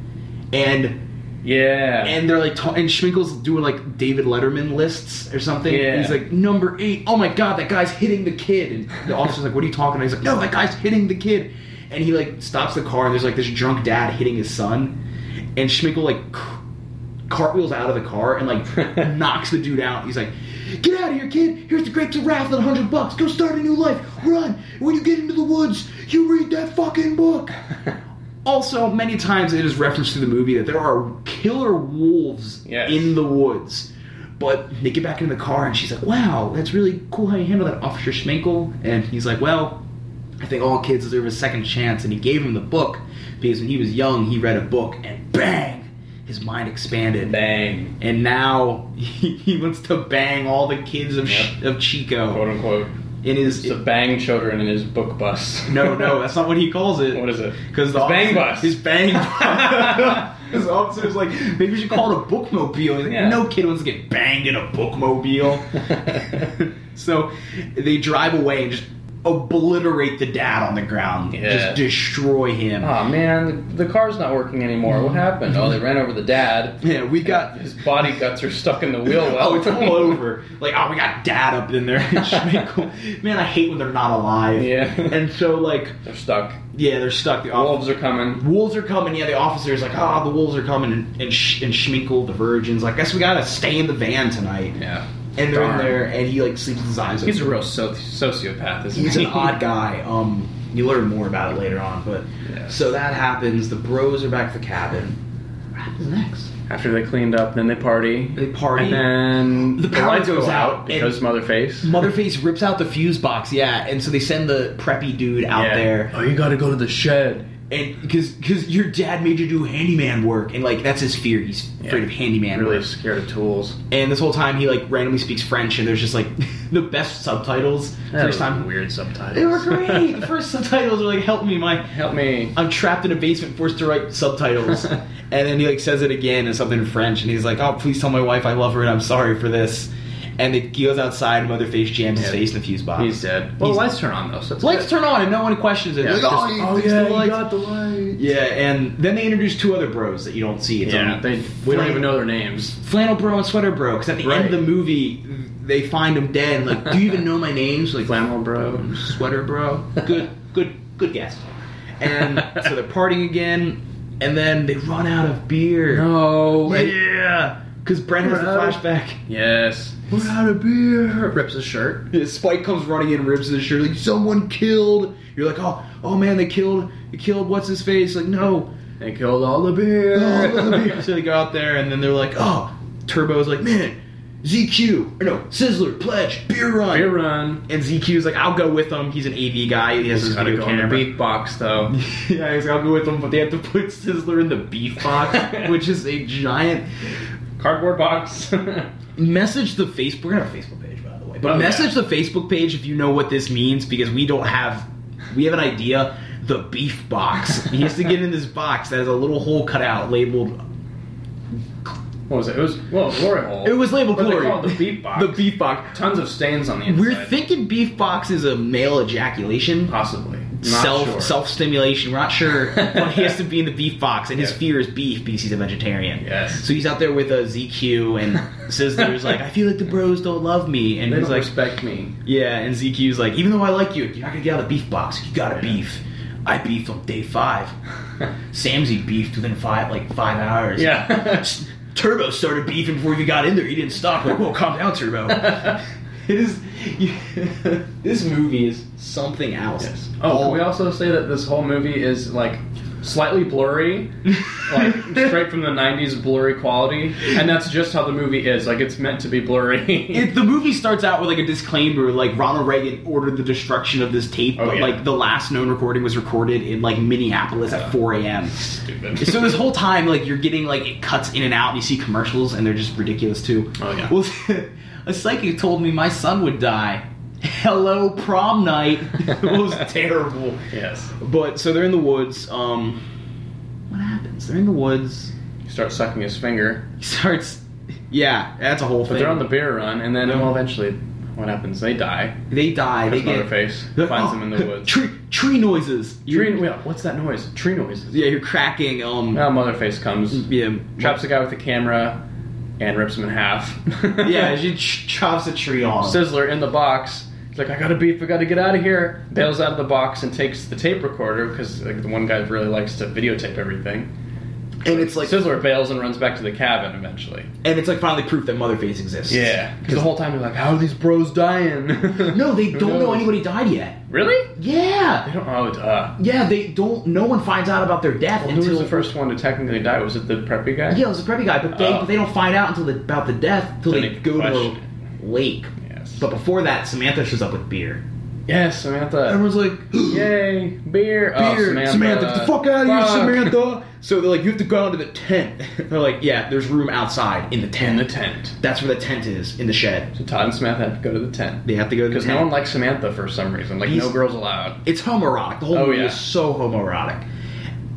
B: and
C: yeah.
B: and they're like, ta- and Schminkel's doing like David Letterman lists or something.
C: Yeah.
B: And he's like, number eight, oh my god, that guy's hitting the kid, and the officer's like, what are you talking? about? He's like, no, that guy's hitting the kid, and he like stops the car, and there's like this drunk dad hitting his son, and Schminkel like. cr- Cartwheels out of the car and like knocks the dude out. He's like, "Get out of here, kid! Here's the grapes of wrath and hundred bucks. Go start a new life. Run! When you get into the woods, you read that fucking book." also, many times it is referenced to the movie that there are killer wolves
C: Yes.
B: in the woods. But they get back in the car and she's like, "Wow, that's really cool how you handle that, Officer Schminkel." And he's like, "Well, I think all kids deserve a second chance, and he gave him the book because when he was young, he read a book, and bang, his mind expanded,
C: Bang.
B: and now he, he wants to bang all the kids of Sh of
C: Quote
B: Chico
C: unquote.
B: in his.
C: It's to bang children in his book bus.
B: no, no, that's not what he calls it.
C: What is it?
B: Because the
C: His bang
B: officer-
C: bus.
B: His bang bus. his officer's like, maybe you should call it a bookmobile. He's like,
C: Yeah.
B: no kid wants to get banged in a bookmobile. so they drive away and just obliterate the dad on the ground.
C: Yeah.
B: Just destroy him.
C: Oh man, the, the car's not working anymore. What happened? Oh, they ran over the dad.
B: Yeah, we got.
C: His body guts are stuck in the wheel well.
B: Oh, it's all over. Like, oh, we got dad up in there. Man, I hate when they're not alive.
C: Yeah.
B: And so, like,
C: They're stuck.
B: yeah, they're stuck. The
C: Wolves are coming.
B: wolves are coming. Yeah, the officer's like, ah, the wolves are coming. And, and, Sh- and Schminkel, the virgin's like, guess we gotta stay in the van tonight.
C: Yeah.
B: And they're
C: Darn.
B: in there, and he, like, sleeps with his eyes
C: He's a
B: open.
C: real soci- sociopath, isn't
B: He's
C: he?
B: an odd guy. Um, You learn more about it later on. But
C: Yeah.
B: so that happens. The bros are back at the cabin. What happens next?
C: After they cleaned up, then they party.
B: They party.
C: And then
B: The power
C: lights
B: goes
C: go
B: out, and-
C: because Motherface.
B: Motherface rips out the fuse box, yeah, and so they send the preppy dude out
C: Yeah.
B: there,
C: Oh, you gotta go to the shed.
B: and because because your dad made you do handyman work, and like that's his fear, he's afraid of handyman
C: Really
B: work.
C: scared of tools.
B: And this whole time he like randomly speaks French, and there's just like the best subtitles. First time
C: weird subtitles.
B: they were great. the first subtitles are like, "Help me, my
C: Help me.
B: I'm trapped in a basement, forced to write subtitles." and then he like says it again in something in French, and he's like, "Oh, please tell my wife I love her and I'm sorry for this." And then he goes outside, Motherface jams his
C: Yeah.
B: face in the fuse box.
C: He's dead. Well,
B: He's-
C: lights turn on though. So it's
B: lights
C: good.
B: turn on and no one questions it.
C: Yeah,
B: They're like,
C: just-
B: "Oh, you
C: oh,
B: fixed
C: yeah,
B: the
C: you
B: lights."
C: got the light.
B: Yeah, and then they introduce two other bros that you don't see. It's
C: Yeah,
B: only
C: they, we don't even know their names.
B: Flannel Bro and Sweater Bro. Because at the end of
C: Right.
B: the movie, they find him dead. And like, do you even know my names? Like
C: Flannel Bro.
B: Sweater Bro. Good, good, good guess. And so they're partying again, and then they run out of beer.
C: No.
B: yeah, because Brent has the
C: We're out.
B: flashback.
C: Yes.
B: We're out of beer.
C: Rips his shirt.
B: Yeah, Spike comes running in, rips his shirt, like someone killed. You're like, oh, oh man, they killed, they killed. What's his face? Like, no,
C: They killed all the beer.
B: so they go out there, and then they're like, oh, Turbo's like, man, ZQ, or no, Sizzler, Pledge, Beer Run.
C: beer run.
B: And ZQ's like, I'll go with them. He's an AV guy. He has his
C: Just gotta
B: video
C: go in the
B: camera.
C: beef box though.
B: yeah, he's like, I'll go with them, but they have to put Sizzler in the beef box, which is a giant
C: Cardboard box.
B: message the Facebook. We're gonna have a Facebook page, by the way. But
C: Oh, yeah.
B: message the Facebook page if you know what this means, because we don't have. We have an idea. The beef box. he has to get in this box that has a little hole cut out labeled.
C: what was it? It was well, glory hole.
B: It was labeled
C: What they
B: glory.
C: call it, the beef box.
B: the beef box.
C: Tons of stains on the inside.
B: We're thinking beef box is a male ejaculation.
C: possibly Not
B: Self
C: sure.
B: self stimulation. We're not sure, but he has to be in the beef box, and his
C: Yeah.
B: fear is beef because he's a vegetarian.
C: Yes.
B: So he's out there with a ZQ and Sizzler's like, I feel like the bros don't love me, and
C: They
B: he's
C: don't
B: like,
C: respect me.
B: Yeah, and ZQ's like, even though I like you, you're not gonna get out of the beef box. You gotta beef. I beefed on day five. Samsy beefed within five, like five hours.
C: Yeah.
B: S- Turbo started beefing before he got in there. He didn't stop. Like, whoa, calm down, Turbo. it is. this movie is something else.
C: Oh,
B: Oh.
C: Yes. Oh, can we also say that this whole movie is like slightly blurry, like straight from the '90s blurry quality, and that's just how the movie is. Like it's meant to be blurry.
B: It, the movie starts out with like a disclaimer, like Ronald Reagan ordered the destruction of this tape,
C: Oh,
B: but
C: yeah.
B: like the last known recording was recorded in like Minneapolis at 4 a.m.
C: Stupid.
B: so this whole time, like you're getting like it cuts in and out, and you see commercials, and they're just ridiculous too.
C: Oh, yeah.
B: Well, a psychic told me my son would die. Hello, prom night. it was terrible.
C: yes.
B: But so they're in the woods. Um, what happens? They're in the woods.
C: He starts sucking his finger,
B: He starts. Yeah, that's a whole
C: but
B: thing.
C: they're on the beer run, and then well, eventually, what happens? They die.
B: They die.
C: There's
B: They
C: another
B: get
C: face.
B: They're like,
C: Finds
B: "Oh,
C: him in the woods.
B: Tree, tree noises.
C: Tree.
B: You're-
C: wait, What's that noise? Tree noises.
B: Yeah, you're cracking. Um,
C: Now Motherface comes,
B: yeah,
C: traps the guy with the camera, and rips him in half.
B: yeah. She ch- chops a tree off.
C: Sizzler in the box. He's like, I got a beef, I gotta get out of here. Bails out of the box and takes the tape recorder because like the one guy really likes to videotape everything.
B: and it's like,
C: Sizzler bails and runs back to the cabin eventually.
B: and it's like finally proof that Motherface exists.
C: because the whole time they're like, how are these bros dying?
B: No, they
C: Who
B: don't know
C: knows?
B: anybody died yet.
C: Really? They
B: Yeah,
C: don't. Oh, duh.
B: yeah. They don't. No one finds out about their death
C: Well, who
B: until
C: was the first one to technically die? Was it the preppy guy?
B: Yeah, it was a preppy guy, but they,
C: Oh.
B: but they don't find out until the, about the death until
C: Then
B: they,
C: they
B: go to
C: question
B: a lake.
C: Yes.
B: But before that, Samantha shows up with beer.
C: yes, Samantha.
B: Everyone's like,
C: Yay, beer. Oh,
B: beer,
C: Samantha.
B: Samantha. get the fuck out of here,
C: Fuck.
B: Samantha. So they're like, you have to go out to the tent. they're like, yeah, there's room outside in the
C: In
B: tent.
C: the tent.
B: That's where the tent is in the shed.
C: So Todd and Samantha have to go to the tent.
B: They have to go to the
C: Because
B: tent.
C: no one likes Samantha for some reason. Like no
B: He's-
C: girls allowed.
B: it's homoerotic. The whole
C: Oh,
B: movie
C: yeah.
B: is so homoerotic.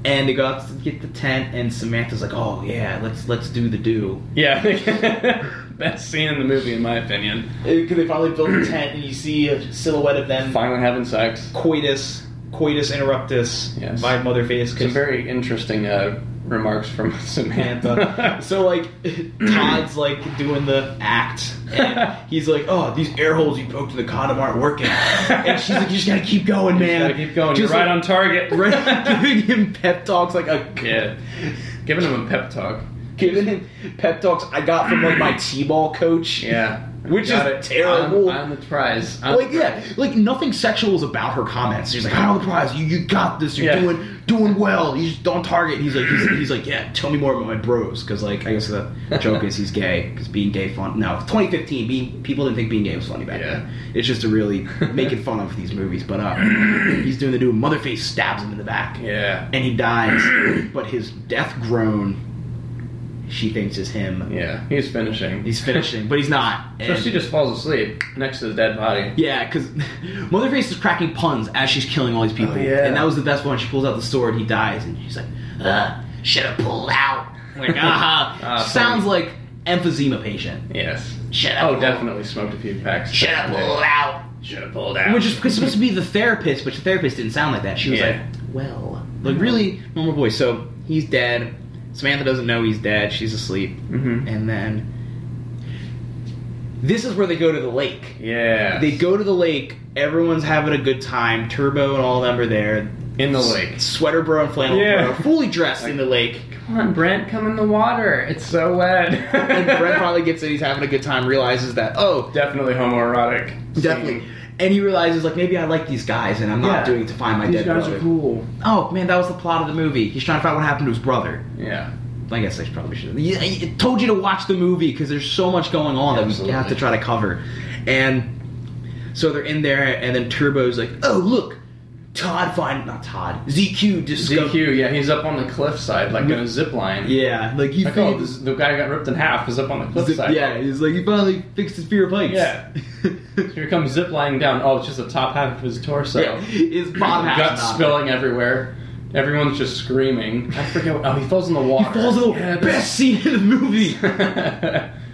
B: And they go out to get the tent, and Samantha's like, "Oh yeah, let's let's do the do."
C: Yeah. Best scene in the movie, in my opinion.
B: Because they finally build the tent, and you see a silhouette of them
C: Finally having sex.
B: coitus coitus interruptus
C: Yes.
B: by motherface
C: Some
B: because
C: very interesting uh, remarks from Samantha.
B: Samantha. so like Todd's like doing the act and he's like, Oh, these air holes you poked in the condom aren't working and she's like, You just gotta keep going,
C: You just
B: man.
C: gotta keep going.
B: Just
C: You're right
B: like-
C: on target.
B: right- giving him pep talks like a
C: yeah. Giving him a pep talk.
B: giving him pep talks I got from like my T ball coach.
C: Yeah.
B: Which
C: Got
B: is terrible.
C: I'm, I'm the prize. I'm
B: Like
C: the
B: yeah,
C: prize.
B: like nothing sexual is about her comments. She's like, "I'm the prize. You, you got this. You're
C: Yeah.
B: doing doing well. You just don't target." He's like, he's, he's like, "Yeah, tell me more about my bros." Because like, I guess the joke is he's gay because being gay fun. No, 2015, being people didn't think being gay was funny back
C: Yeah.
B: then. It's just to really making fun of these movies. But uh, he's doing the new motherface stabs him in the back,
C: Yeah.
B: and he dies. but his death groan, she thinks is him.
C: Yeah. He's finishing.
B: He's finishing, but he's not.
C: So
B: And-
C: she just falls asleep next to the dead body.
B: yeah, because Motherface is cracking puns as she's killing all these people.
C: Oh, yeah.
B: And that was the best one. She pulls out the sword, he dies, and she's like, uh, should have pulled out. Like, aha.
C: Ah,
B: Sounds like emphysema patient.
C: Yes.
B: Shut up.
C: Oh, definitely smoked a few packs.
B: Should have pulled out.
C: Should have pulled out.
B: Which is supposed to be the therapist, but the therapist didn't sound like that. She was
C: Yeah.
B: like, well. Like, really normal voice. So he's dead. Samantha doesn't know he's dead. She's asleep.
C: Mhm.
B: And then. This is where they go to the lake.
C: Yeah.
B: They go to the lake. Everyone's having a good time. Turbo and all of them are there.
C: in the lake.
B: Sweater bro and flannel
C: Yeah.
B: bro, fully dressed in the lake.
C: Come on, Brent, come in the water. It's so wet.
B: And Brent finally gets it. He's having a good time. Realizes that oh,
C: definitely homoerotic.
B: definitely. And he realizes like maybe I like these guys, and I'm not
C: Yeah.
B: doing it to find my
C: These
B: dead
C: guys
B: brother.
C: are cool.
B: Oh man, that was the plot of the movie. He's trying to find out what happened to his brother.
C: Yeah.
B: I guess I probably should. Yeah, I told you to watch the movie because there's so much going on that we
C: Absolutely.
B: have to try to cover. And so they're in there, and then Turbo's like, "Oh look, Todd find not Todd ZQ discovered."
C: ZQ, yeah, he's up on the cliffside, like in a zip line.
B: Yeah, like he
C: Like, oh, this, the guy got ripped in half is up on the
B: zip-
C: cliffside.
B: yeah, he's like he finally fixed his fear of heights.
C: Yeah. Here comes zip lining down. Oh, it's just the top half of his torso.
B: yeah, his bottom half
C: Guts
B: not.
C: spilling everywhere. Everyone's just screaming. I forget. What, oh, he falls in the
B: He
C: water.
B: falls in the
C: Yeah, that's-
B: best scene in the movie.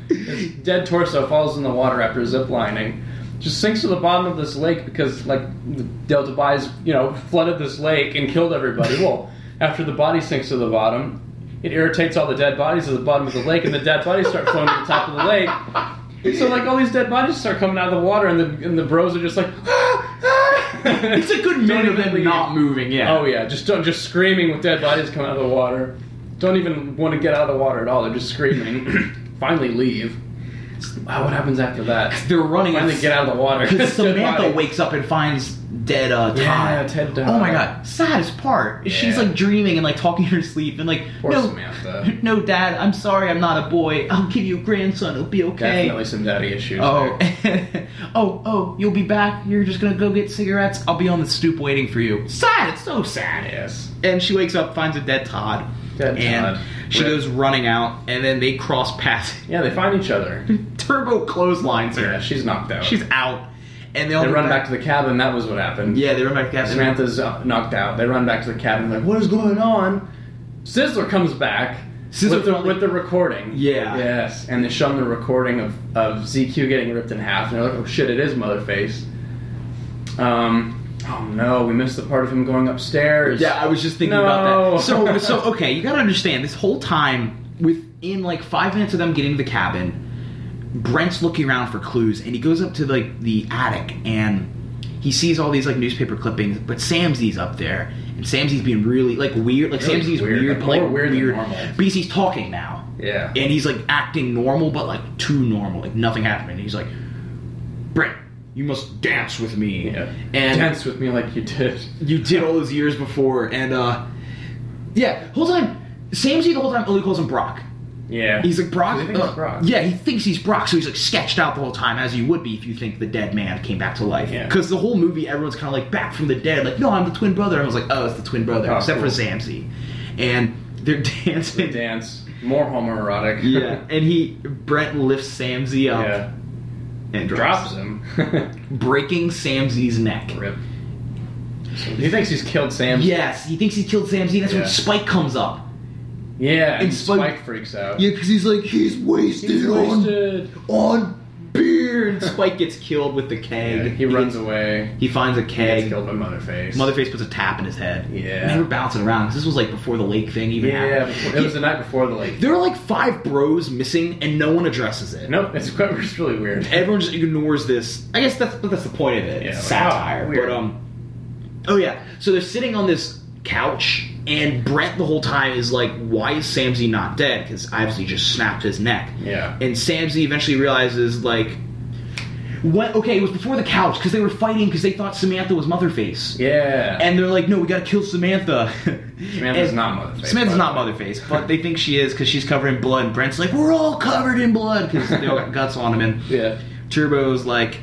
C: His dead torso falls in the water after zip lining. Just sinks to the bottom of this lake because, like, the Delta Bi's, you know, flooded this lake and killed everybody. Well, after the body sinks to the bottom, it irritates all the dead bodies at the bottom of the lake, and the dead bodies start floating to the top of the lake. So, like, all these dead bodies start coming out of the water, and the, and the bros are just like, ah, ah.
B: it's a good
C: Don't
B: minute of
C: even
B: them
C: leave.
B: not moving. Yeah.
C: Oh yeah, just don't just screaming with dead bodies coming out of the water. Don't even want to get out of the water at all. They're just screaming. Finally leave. Wow, what happens after that?
B: They're running.
C: Finally get out of the water.
B: Because
C: Dead
B: Samantha
C: body.
B: wakes up and finds dead uh, Todd.
C: Yeah, Ted Todd.
B: Oh my god, saddest part. is She's
C: Yeah.
B: like dreaming and like talking in her sleep and like
C: Poor
B: no,
C: Samantha.
B: no, Dad, I'm sorry, I'm not a boy. I'll give you a grandson. It'll be okay.
C: Definitely some daddy issues.
B: Oh,
C: there.
B: oh, oh! You'll be back. You're just gonna go get cigarettes. I'll be on the stoop waiting for you. Sad. It's so sad.
C: yes.
B: And she wakes up, finds a dead Todd,
C: Dead
B: and
C: Todd.
B: she
C: Rip.
B: goes running out, and then they cross paths.
C: Yeah, they find each other.
B: Turbo clotheslines her.
C: Yeah, she's knocked out.
B: She's out, and they all
C: they
B: go
C: run back to the cabin. That was what happened.
B: Yeah, they run back to the cabin.
C: Samantha's uh, knocked out. They run back to the cabin. Like, what is going on? Sizzler comes back
B: Sizzler
C: with, the,
B: finally-
C: with the recording.
B: Yeah.
C: Yes. And they show them the recording of, of ZQ getting ripped in half. And they're like, oh shit, it is Motherface. Um, oh no, we missed the part of him going upstairs.
B: Yeah, I was just thinking
C: No.
B: about that. So, so okay, you gotta understand this whole time within like five minutes of them getting to the cabin, Brent's looking around for clues, and he goes up to like the attic and he sees all these like newspaper clippings, but Samsy's up there, and Samsy's being really like weird, like
C: Really
B: Samsy's
C: weird,
B: weird,
C: like,
B: but, like
C: more weird than
B: weird
C: normal.
B: because he's talking now.
C: Yeah.
B: And he's like acting normal, but like too normal, like nothing happened. And he's like, Brent, you must dance with me.
C: Yeah.
B: And
C: Dance with me like you did.
B: you did all those years before, and uh yeah, whole time Samsy the whole time only calls him Brock.
C: Yeah.
B: He's like Brock.
C: They think it's
B: uh,
C: Brock.
B: Yeah, he thinks he's Brock, so he's like sketched out the whole time, as you would be if you think the dead man came back to life.
C: Yeah.
B: Because the whole movie, everyone's kind of like back from the dead, like no, I'm the twin brother. And I was like, oh, it's the twin brother,
C: Oh,
B: except
C: cool.
B: for Samsy, and they're
C: They
B: dancing.
C: dance. More homoerotic.
B: yeah, and he Brent lifts Samsy up
C: yeah.
B: and drops,
C: Drops him.
B: breaking Samsy's neck.
C: Rip. So he thinks he's killed Sam.
B: Yes, he thinks he killed Samsy. That's
C: Yeah.
B: when Spike comes up.
C: Yeah, and,
B: And Spike-
C: Spike freaks out.
B: Yeah, because he's like he's wasted,
C: He's wasted.
B: on on beer. And Spike gets killed with the keg.
C: Yeah, he runs
B: gets-
C: away.
B: He finds a
C: He gets
B: keg.
C: killed by Motherface.
B: Motherface puts a tap in his head.
C: Yeah.
B: and they were bouncing around. 'cause This was like before the lake thing even
C: Yeah,
B: happened.
C: before, it was the night before the lake.
B: there are like five bros missing, and no one addresses it.
C: Nope, it's quite, it's really weird.
B: Everyone just ignores this. I guess that's but that's the point of it.
C: Yeah,
B: It's
C: like, oh,
B: satire.
C: weird.
B: but um, oh yeah. So they're sitting on this couch, and Brent the whole time is like, "Why is Samsy not dead? Because obviously he just snapped his neck."
C: Yeah.
B: And Samsy eventually realizes like. What? Okay, it was before the couch because they were fighting because they thought Samantha was Motherface.
C: Yeah.
B: And they're like, no, we gotta kill Samantha.
C: Samantha's
B: And-
C: not Motherface,
B: Samantha's
C: by
B: not
C: the way.
B: Motherface, but they think she is because she's covered in blood. And Brent's like, we're all covered in blood because they all got guts on them. And
C: yeah.
B: Turbo's like,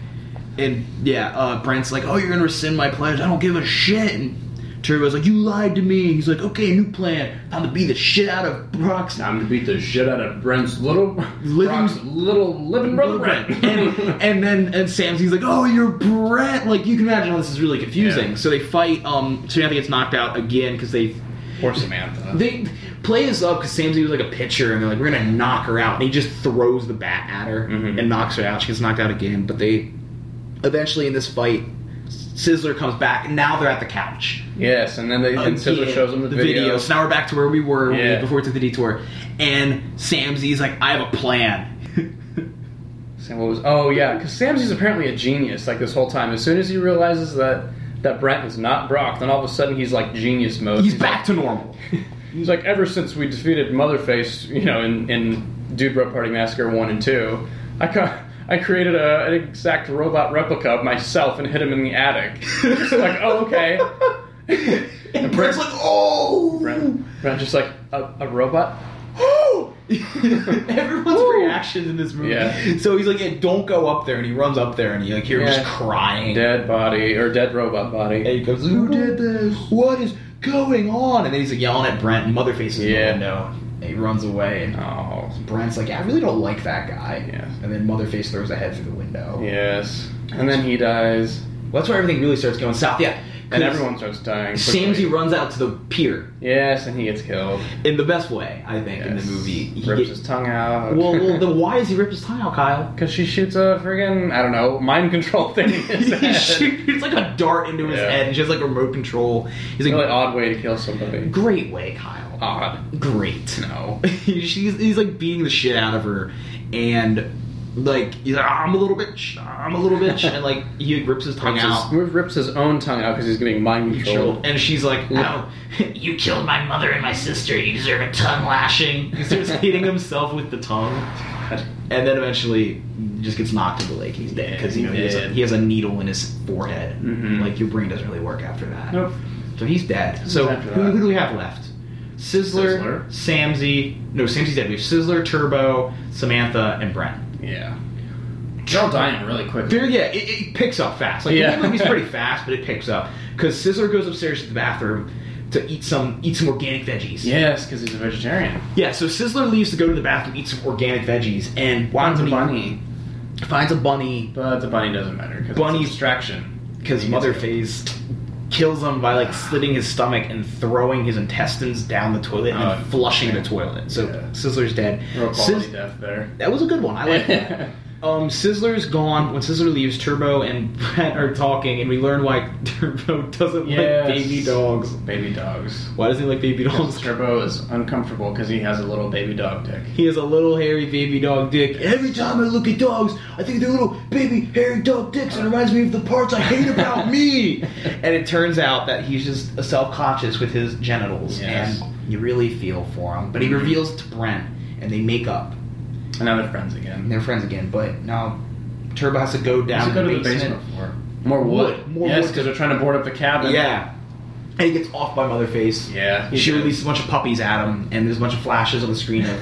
B: and yeah, uh, Brent's like, oh, you're gonna rescind my pledge. I don't give a shit. And Turbo's like, you lied to me. He's like, okay, new plan. Time to beat the shit out of Brock's
C: I'm gonna beat the shit out of Brent's little,
B: Living-
C: Brock's little living brother Brent.
B: and, and then and Samson's like, "Oh, you're Brent." Like you can imagine how this is really confusing.
C: Yeah.
B: So they fight. Um, Samantha gets knocked out again because they
C: Poor Samantha.
B: they play oh, this up because Samson was like a pitcher, and they're like, "We're gonna knock her out." And he just throws the bat at her
C: Mhm.
B: and knocks her out. She gets knocked out again, but they eventually in this fight, Sizzler comes back, and now they're at the couch.
C: yes, and then they and Sizzler
B: Again,
C: shows them the, video.
B: So now we're back to where we were when we-
C: Yeah.
B: before we took the detour, and Samsy's like, "I have a plan."
C: Sam what was oh yeah, because Samsy's apparently a genius. Like this whole time, as soon as he realizes that that Brent is not Brock, then all of a sudden he's like genius mode.
B: He's back to normal.
C: He's like, ever since we defeated Motherface, you know, in, in Dude Bro Party Massacre 1 and 2, I, ca- I created a, an exact robot replica of myself and hid him in the attic. It's like, oh, okay.
B: And Brent's like, oh!
C: Brent, Brent just like, a, a robot?
B: Everyone's
C: Woo.
B: reactions in this movie.
C: Yeah.
B: So he's like, yeah, don't go up there. And he runs up there and he like, hear him
C: Yeah.
B: just crying.
C: Dead body, or dead robot
B: And
C: body.
B: he goes, who did this? What is going on? And then he's like yelling at Brent and Motherface is in
C: Yeah.
B: the window. And he runs away. And
C: Oh,
B: Brent's like, I really don't like that guy.
C: Yeah.
B: And then Motherface throws a head through the window.
C: yes. And then he dies,
B: Well, that's where everything really starts going south. Yeah.
C: and everyone starts dying. quickly.
B: Samsy runs out to the pier
C: Yes, and he gets killed.
B: in the best way, I think, in the
C: Yes.
B: movie. He
C: rips
B: get-
C: his tongue out.
B: well, well, then why does he rip his tongue out, Kyle?
C: Because she shoots a friggin', I don't know, mind control thing. in his
B: he
C: head.
B: shoots like a dart into his
C: Yeah.
B: head, and she has like remote control. He's like,
C: really odd way to kill somebody.
B: great way, Kyle.
C: Odd.
B: Great.
C: "Oh, No.
B: She's he's like beating the shit out of her, and like he's like, I'm a little bitch, I'm a little bitch, and like he rips his tongue
C: Rips
B: out.
C: his, rips his own tongue out because he's getting mind controlled.
B: And she's like, "No, you killed my mother and my sister. You deserve a tongue lashing." He starts hitting himself with the tongue. and then eventually just gets knocked to the lake. and He's dead because you know he has, a,
C: Dead.
B: he has a needle in his forehead.
C: Mhm.
B: Like your brain doesn't really work after that.
C: Nope.
B: So he's dead. So
C: after
B: who,
C: that?
B: who do we have left? Sizzler,
C: Sizzler.
B: Samzy. No, Samzy's dead. We have Sizzler, Turbo, Samantha, and Brent.
C: Yeah. They're all dying really quick.
B: There, yeah, it, it picks up fast. Like
C: Yeah.
B: the movie's pretty fast, but it picks up because Sizzler goes upstairs to the bathroom to eat some eat some organic veggies.
C: Yes, because he's a vegetarian.
B: Yeah, so Sizzler leaves to go to the bathroom, eat some organic veggies, and
C: Bon's
B: finds
C: a
B: a bunny.
C: bunny,
B: Finds a bunny
C: but the bunny doesn't matter because
B: Bunny-
C: it's a distraction.
B: because
C: He gets-
B: Motherface kills him by like slitting his stomach and throwing his intestines down the toilet and
C: Oh,
B: then flushing
C: yeah.
B: the toilet. So
C: Yeah.
B: Sizzler's dead.
C: Real quality
B: Sizz-
C: death there.
B: that was a good one. I like that. Um, Sizzler's gone. When Sizzler leaves, Turbo and Brett are talking, and we learn why Turbo doesn't
C: Yes.
B: like baby dogs.
C: baby dogs.
B: Why doesn't he like baby
C: Because
B: dogs?
C: Turbo is uncomfortable because he has a little baby dog dick.
B: He has a little hairy baby dog dick. Every time I look at dogs, I think of their little baby hairy dog dicks, and it reminds me of the parts I hate about me. And it turns out that he's just self conscious with his genitals,
C: Yes.
B: and you really feel for him. But he reveals it to Brent, and they make up,
C: And now they're friends again.
B: and they're friends again. But now Turbo has to go down
C: Let's go to the
B: basement.
C: basement floor. More wood.
B: Wood. More
C: yes,
B: wood.
C: because they're trying to board up the cabin.
B: Yeah. And he gets off by Motherface.
C: Yeah. he
B: She
C: did.
B: releases a bunch of puppies at him, and there's a bunch of flashes on the screen of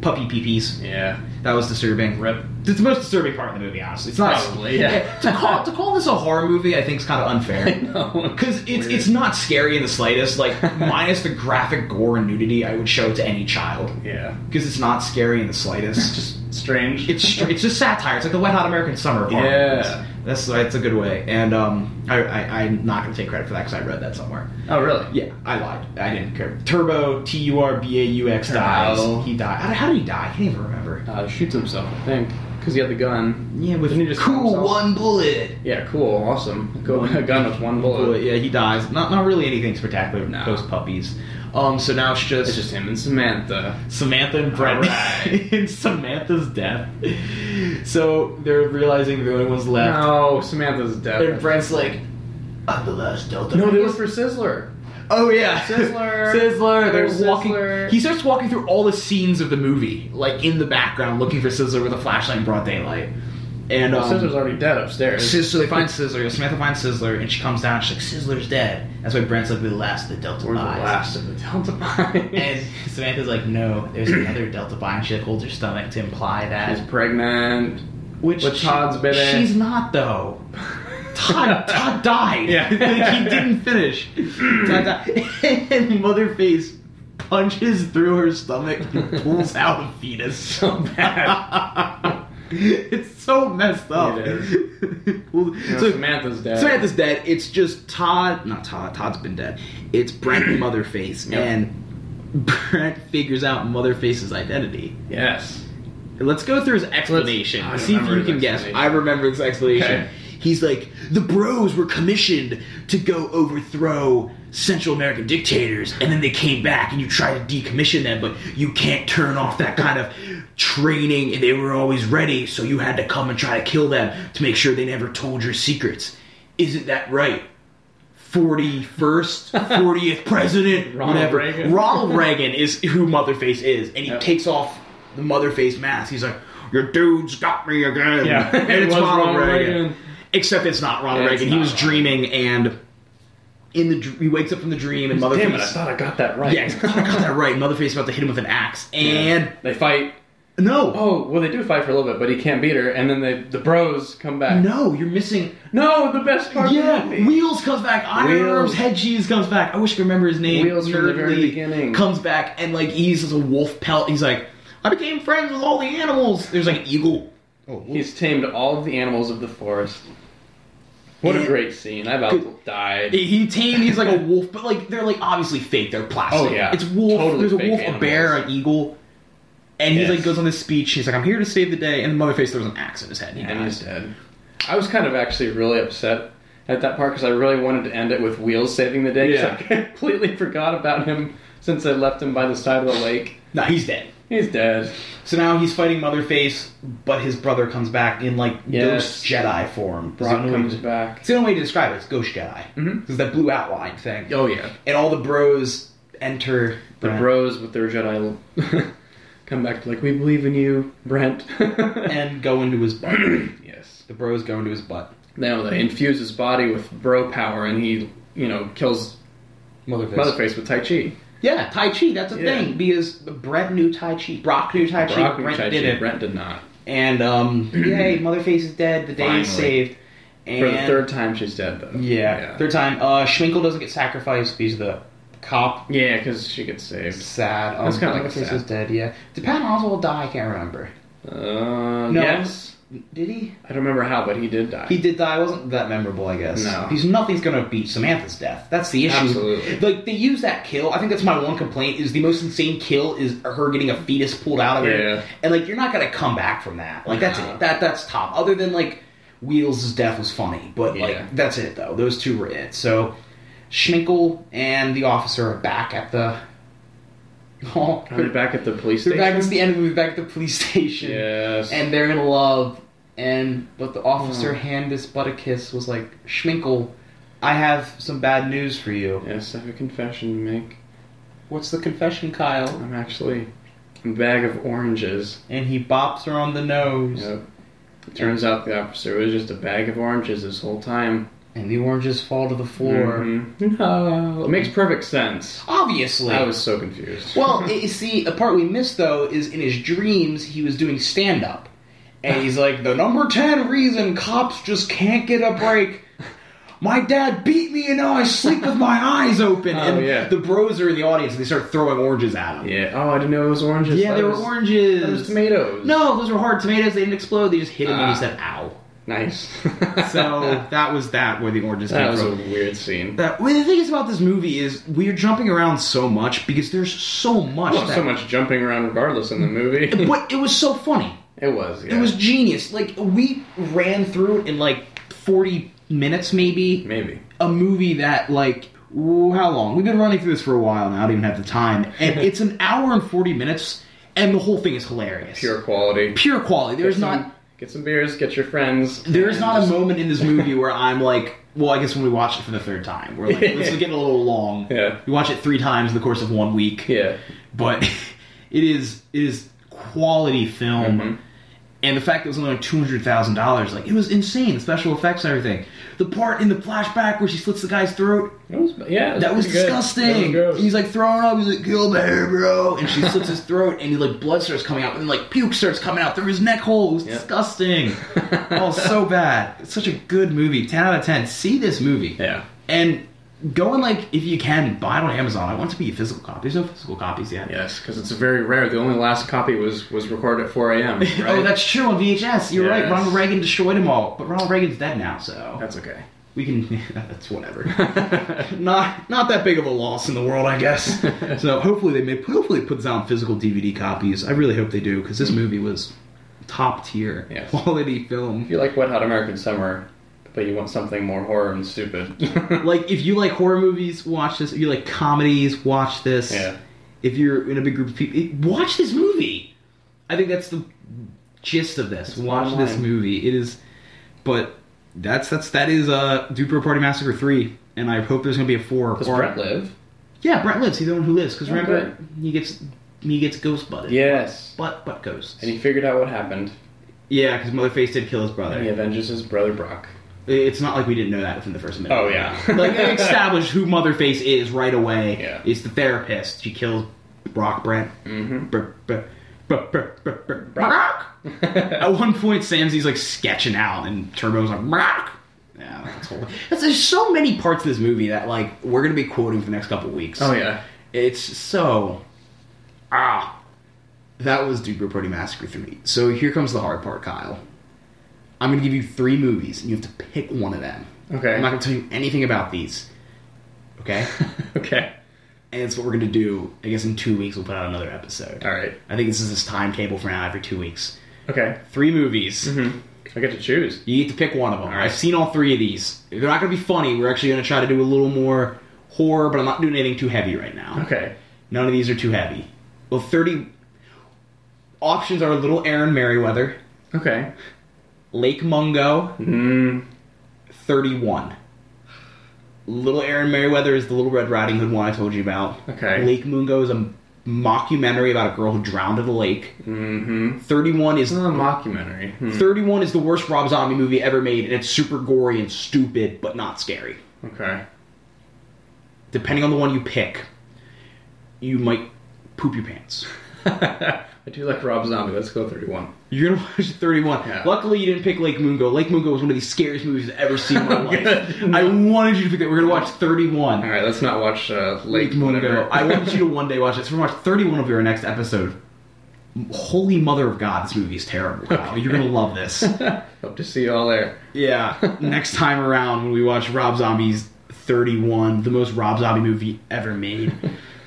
B: puppy peepees.
C: Yeah.
B: That was disturbing.
C: Rip.
B: It's the most disturbing part of the movie, honestly. It's not
C: Probably, yeah.
B: to call to call this a horror movie. I think is kind of
C: I
B: unfair
C: know.
B: because it's
C: Weird.
B: it's not scary in the slightest. Like minus the graphic gore and nudity, I would show it to any child
C: Yeah.
B: because it's not scary in the slightest.
C: It's just strange.
B: It's str- it's just satire. It's like the Wet Hot American Summer. of horror
C: Yeah.
B: movies. that's that's a good way. And um, I, I I'm not gonna take credit for that because I read that somewhere.
C: oh, really?
B: Yeah, I lied. I didn't care. Turbo T U R B A U X
C: Turbo.
B: dies. He died. How, how did he die? I can't even remember.
C: Uh, shoots himself, I think, because he had the gun.
B: Yeah, with
C: Didn't he just kill
B: cool
C: himself?
B: one bullet.
C: Yeah, cool, awesome. Go a gun with one bullet.
B: Bullet, Yeah, he dies. Not not really anything spectacular.
C: No.
B: Those puppies. Um. So now it's just,
C: It's just him and Samantha.
B: Samantha and Brett
C: Alright.
B: in Samantha's death. So they're realizing the only one's left.
C: No, Samantha's dead.
B: And Brent's like, I'm the last Delta.
C: no, they was for Sizzler.
B: Oh yeah,
C: Sizzler.
B: Sizzler. They're
C: Sizzler.
B: walking. He starts walking through all the scenes of the movie, like in the background, looking for Sizzler with a flashlight in broad daylight. And
C: Well,
B: um,
C: Sizzler's already dead upstairs.
B: Sizz- so they find Sizzler. Samantha finds Sizzler, and she comes down. and She's like, "Sizzler's dead." That's why Brent's like, "We're the last of the Delta
C: We're the
B: Pies."
C: last of the Delta Pies.
B: And Samantha's like, "No, there's another Delta Pie." And she like, holds her stomach to imply that,
C: He's pregnant.
B: which
C: with Todd's been in.
B: she's not though. Todd, Todd died.
C: Yeah.
B: like he didn't finish. Todd died. and Motherface punches through her stomach and pulls out a fetus.
C: So bad.
B: it's so messed up.
C: It is.
B: Well,
C: You know,
B: so
C: Samantha's dead.
B: Samantha's dead. It's just Todd. Not Todd. Todd's been dead. It's Brent Motherface.
C: Yep.
B: And Brent figures out Motherface's identity.
C: Yes.
B: Let's go through his explanation.
C: I
B: See if
C: remember
B: you
C: his
B: can guess.
C: explanation.
B: I remember this explanation.
C: Okay.
B: He's like, the bros were commissioned to go overthrow Central American dictators, and then they came back, and you try to decommission them, but you can't turn off that kind of training, and they were always ready, so you had to come and try to kill them to make sure they never told your secrets. Isn't that right? 41st, 40th president,
C: Ronald
B: whatever.
C: Reagan.
B: Ronald Reagan is who Motherface is, and he
C: Yep.
B: takes off the Motherface mask. He's like, "Your dude's got me again."
C: Yeah.
B: and
C: It
B: it's
C: was
B: Ronald,
C: Ronald
B: Reagan.
C: Reagan.
B: Except it's not Ronald
C: It's
B: Reagan.
C: not
B: he was
C: Ronald.
B: dreaming, and in the dr- he wakes up from the dream, and Motherface.
C: Oh, Damn it, I thought I got that right.
B: yeah, he's like, "Oh, I got that right. Motherface about to hit him with an axe, and
C: they fight.
B: no,
C: Oh, well, they do fight for a little bit, but he can't beat her, and then they, the bros come back.
B: no, you're missing.
C: No, the best part
B: Yeah,
C: of the movie.
B: Wheels comes back. Iron
C: Wheels.
B: Arms, Head Cheese comes back. I wish I could remember his name.
C: Wheels from the very
B: Nerdly
C: beginning.
B: comes back and like he's just a wolf pelt. He's like, I became friends with all the animals. There's like an eagle. Oh,
C: He's tamed all of the animals of the forest. What a
B: Yeah.
C: great scene. I about died.
B: He- He tamed. He's like a wolf, but like they're like obviously fake. They're plastic.
C: Oh, yeah.
B: it's wolf.
C: Totally
B: There's a
C: fake
B: wolf, a bear,
C: animals.
B: an eagle, and he
C: Yes.
B: like goes on this speech. He's like, "I'm here to save the day," and the motherface throws an axe in his head. And he
C: and he's
B: dies.
C: dead. I was kind of actually really upset at that part because I really wanted to end it with Wheels saving the day. 'cause
B: Yeah.
C: I completely forgot about him since I left him by the side of the lake.
B: No, he's dead.
C: He's dead.
B: So now he's fighting Motherface, but his brother comes back in like
C: Yes.
B: ghost Jedi form. Is the
C: Brock
B: only way
C: comes
B: to-
C: back.
B: It's the only way to describe it. It's Ghost Jedi.
C: Mhm.
B: It's that blue outline thing.
C: Oh yeah,
B: And all the bros enter.
C: the
B: Brent.
C: bros with their Jedi come back to like we believe in you, Brent.
B: and go into his butt.
C: yes,
B: the bros go into his butt.
C: now they infuse his body with bro power, and he you know kills
B: Motherface.
C: Motherface with Tai Chi.
B: Yeah, Tai Chi. That's a
C: Yeah.
B: thing because Brett knew Tai Chi. Brock knew Tai Chi.
C: Brock
B: Brent
C: Tai Chi,
B: did it.
C: Brent did not.
B: And um, yay, Motherface is dead. The day is
C: Finally.
B: saved. And
C: For the third time, she's dead though.
B: yeah, third time. Uh, Schminkle doesn't get sacrificed. He's the cop.
C: yeah, because she gets saved.
B: Sad. Um,
C: That's kinda like
B: Motherface
C: sad.
B: is dead. Yeah. Did Pat Oswald die? I can't remember.
C: Uh,
B: No.
C: Yes,
B: Did he?
C: I don't remember how, but he did die.
B: He did die. It wasn't that memorable, I guess.
C: No.
B: Because nothing's going to beat Samantha's death. That's the issue.
C: Absolutely.
B: Like, they use that kill. I think that's my one complaint is the most insane kill is her getting a fetus pulled out of
C: Yeah.
B: her. And, like, you're not going to come back from that. Like, that's
C: No.
B: it. That, that's top. Other than, like, Wheels' death was funny. But,
C: Yeah.
B: like, that's it, though. Those two were it. So, Schminkel and the officer are back at the... Oh,
C: Are they
B: they're,
C: back at the police
B: they're
C: station?
B: back. It's the end of the movie. Back at the police station
C: yes.
B: and they're in love. And but the officer
C: Hmm.
B: hand this butt a kiss was like Schminkel, I have some bad news for you.
C: yes, I have a confession to make.
B: What's the confession, Kyle?
C: I'm actually a bag of oranges.
B: And he bops her on the nose,
C: Yep. It turns out the officer was just a bag of oranges this whole time.
B: and the oranges fall to the floor.
C: Mhm. No. It makes perfect sense.
B: Obviously.
C: I was so confused.
B: well, i- you see, a part we missed though is in his dreams he was doing stand up, and he's like, the number ten reason cops just can't get a break. My dad beat me, and now I sleep with my eyes open.
C: Oh,
B: and
C: yeah.
B: the bros are in the audience, and they start throwing oranges at him.
C: yeah. Oh, I didn't know it was oranges.
B: Yeah,
C: That
B: they were
C: was- that was
B: oranges.
C: tomatoes.
B: No, those were hard tomatoes. They didn't explode. They just hit him and
C: Ah.
B: he said, ow.
C: Nice.
B: So that was that where the oranges
C: that
B: came
C: was a
B: from.
C: weird scene.
B: That, well, the thing is about this movie is we're jumping around so much because there's so much.
C: Well,
B: that-
C: so much jumping around regardless in the movie.
B: But it was so funny.
C: it was. Yeah.
B: It was genius. Like, we ran through it in like 40 minutes, maybe.
C: maybe.
B: A movie that, like, ooh, how long? We've been running through this for a while now. I don't even have the time. And it's an hour and 40 minutes, and the whole thing is hilarious.
C: Pure quality.
B: Pure quality. There's
C: Get some-
B: not.
C: Get some beers. Get your friends.
B: There is
C: and
B: not a
C: just-
B: moment in this movie where I'm like, well, I guess when we watched it for the third time, we're like, this is getting a little long.
C: Yeah.
B: We watch it three times in the course of one week.
C: Yeah.
B: But it is it is quality film.
C: Mm-hmm.
B: And the fact that it was only like two hundred thousand dollars, like it was insane. The special effects and everything. The part in the flashback where she slits the guy's throat,
C: It was, yeah. it
B: that was
C: pretty good. That was
B: disgusting.
C: gross.
B: He's like throwing up. He's like, "Kill me, bro!" And she slits his throat, and he like blood starts coming out, and then, like puke starts coming out through his neck hole. It was disgusting. oh, so bad. It's such a good movie. Ten out of ten. See this movie.
C: Yeah.
B: And go and like if you can buy it on Amazon. I want it to be a physical copy. There's no physical copies yet.
C: Yes, because it's very rare. The only last copy was was recorded at 4 a.m. Right?
B: Oh, that's true on VHS. You're right.
C: Yes.
B: Ronald Reagan destroyed them all, but Ronald Reagan's dead now, so
C: that's okay.
B: we can. that's whatever. not not that big of a loss in the world, I guess. so hopefully they may hopefully put down physical DVD copies. I really hope they do because this movie was top tier
C: Yes.
B: quality film.
C: if you like Wet Hot American Summer, but you want something more horror and stupid,
B: Like if you like horror movies, watch this. If you like comedies, watch this.
C: Yeah.
B: If you're in a big group of people, watch this movie. I think that's the gist of this. watch
C: bottom
B: this
C: line.
B: movie. It is, but that's that's that is uh Duper Party Massacre three, and I hope there's gonna be a four.
C: does
B: or-
C: Brett live?
B: Yeah, Brett lives. He's the one who lives because
C: Oh,
B: remember he gets he gets ghost butted.
C: Yes,
B: butt butt ghosts.
C: and he figured out what happened,
B: yeah, because Motherface did kill his brother.
C: and he avenges his brother Brock.
B: It's not like we didn't know that within the first minute.
C: Oh, yeah.
B: like they established who Motherface is right away.
C: Yeah.
B: it's the therapist. She kills Brock Brent.
C: Mm-hmm.
B: Br- br- br- br- br- br- Brock. At one point, Samsy's like sketching out, and Turbo's like Brock. Yeah, that's horrible. That's, there's so many parts of this movie that like we're gonna be quoting for the next couple weeks.
C: Oh yeah,
B: It's so ah. That was Duper Party Massacre 3. So here comes the hard part, Kyle. I'm going to give you three movies, and you have to pick one of them.
C: okay,
B: I'm not going to tell you anything about these. Okay?
C: okay,
B: and it's what we're going to do. I guess in two weeks, we'll put out another episode.
C: all right,
B: I think this is this timetable for now, every two weeks.
C: okay.
B: Three movies.
C: hmm I get to choose.
B: You get to pick one of them. I've seen all three of these. They're not going to be funny. We're actually going to try to do a little more horror, but I'm not doing anything too heavy right now.
C: Okay,
B: None of these are too heavy. Well, 30 options are Little Aaron Merriweather,
C: okay.
B: Lake Mungo,
C: Mm.
B: 31. Little Aaron Merriweather is the Little Red Riding Hood one I told you about.
C: Okay.
B: Lake Mungo is a mockumentary about a girl who drowned in a lake.
C: Mm-hmm.
B: 31 is
C: It's not a mockumentary. Hmm.
B: 31 is the worst Rob Zombie movie ever made, and it's super gory and stupid, but not scary.
C: Okay.
B: Depending on the one you pick, you might poop your pants.
C: I do like Rob Zombie. Let's go 31.
B: You're gonna watch 31.
C: Yeah.
B: Luckily, you didn't pick Lake Mungo. Lake Mungo was one of the scariest movies I've ever seen in my life.
C: Good.
B: I wanted you to pick that. We're gonna watch 31.
C: All right, let's not watch uh, Lake
B: Lake Mungo.
C: whatever.
B: I wanted you to one day watch it. So we're gonna watch 31 of your next episode. Holy Mother of God, this movie is terrible. Kyle. You're gonna love this.
C: Hope to see you all there.
B: Yeah, next time around when we watch Rob Zombie's 31, the most Rob Zombie movie ever made.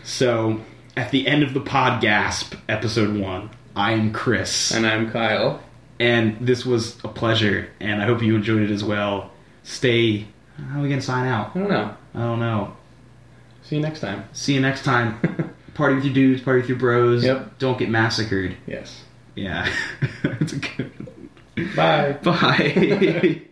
B: so, at the end of the pod gasp, episode one, I am Chris.
C: And I'm Kyle.
B: And this was a pleasure, and I hope you enjoyed it as well. Stay. How are we going to sign out?
C: I don't know.
B: I don't know.
C: See you next time.
B: See you next time. party with your dudes, party with your bros.
C: Yep.
B: Don't get massacred.
C: Yes.
B: Yeah. it's a good.
C: Bye.
B: Bye.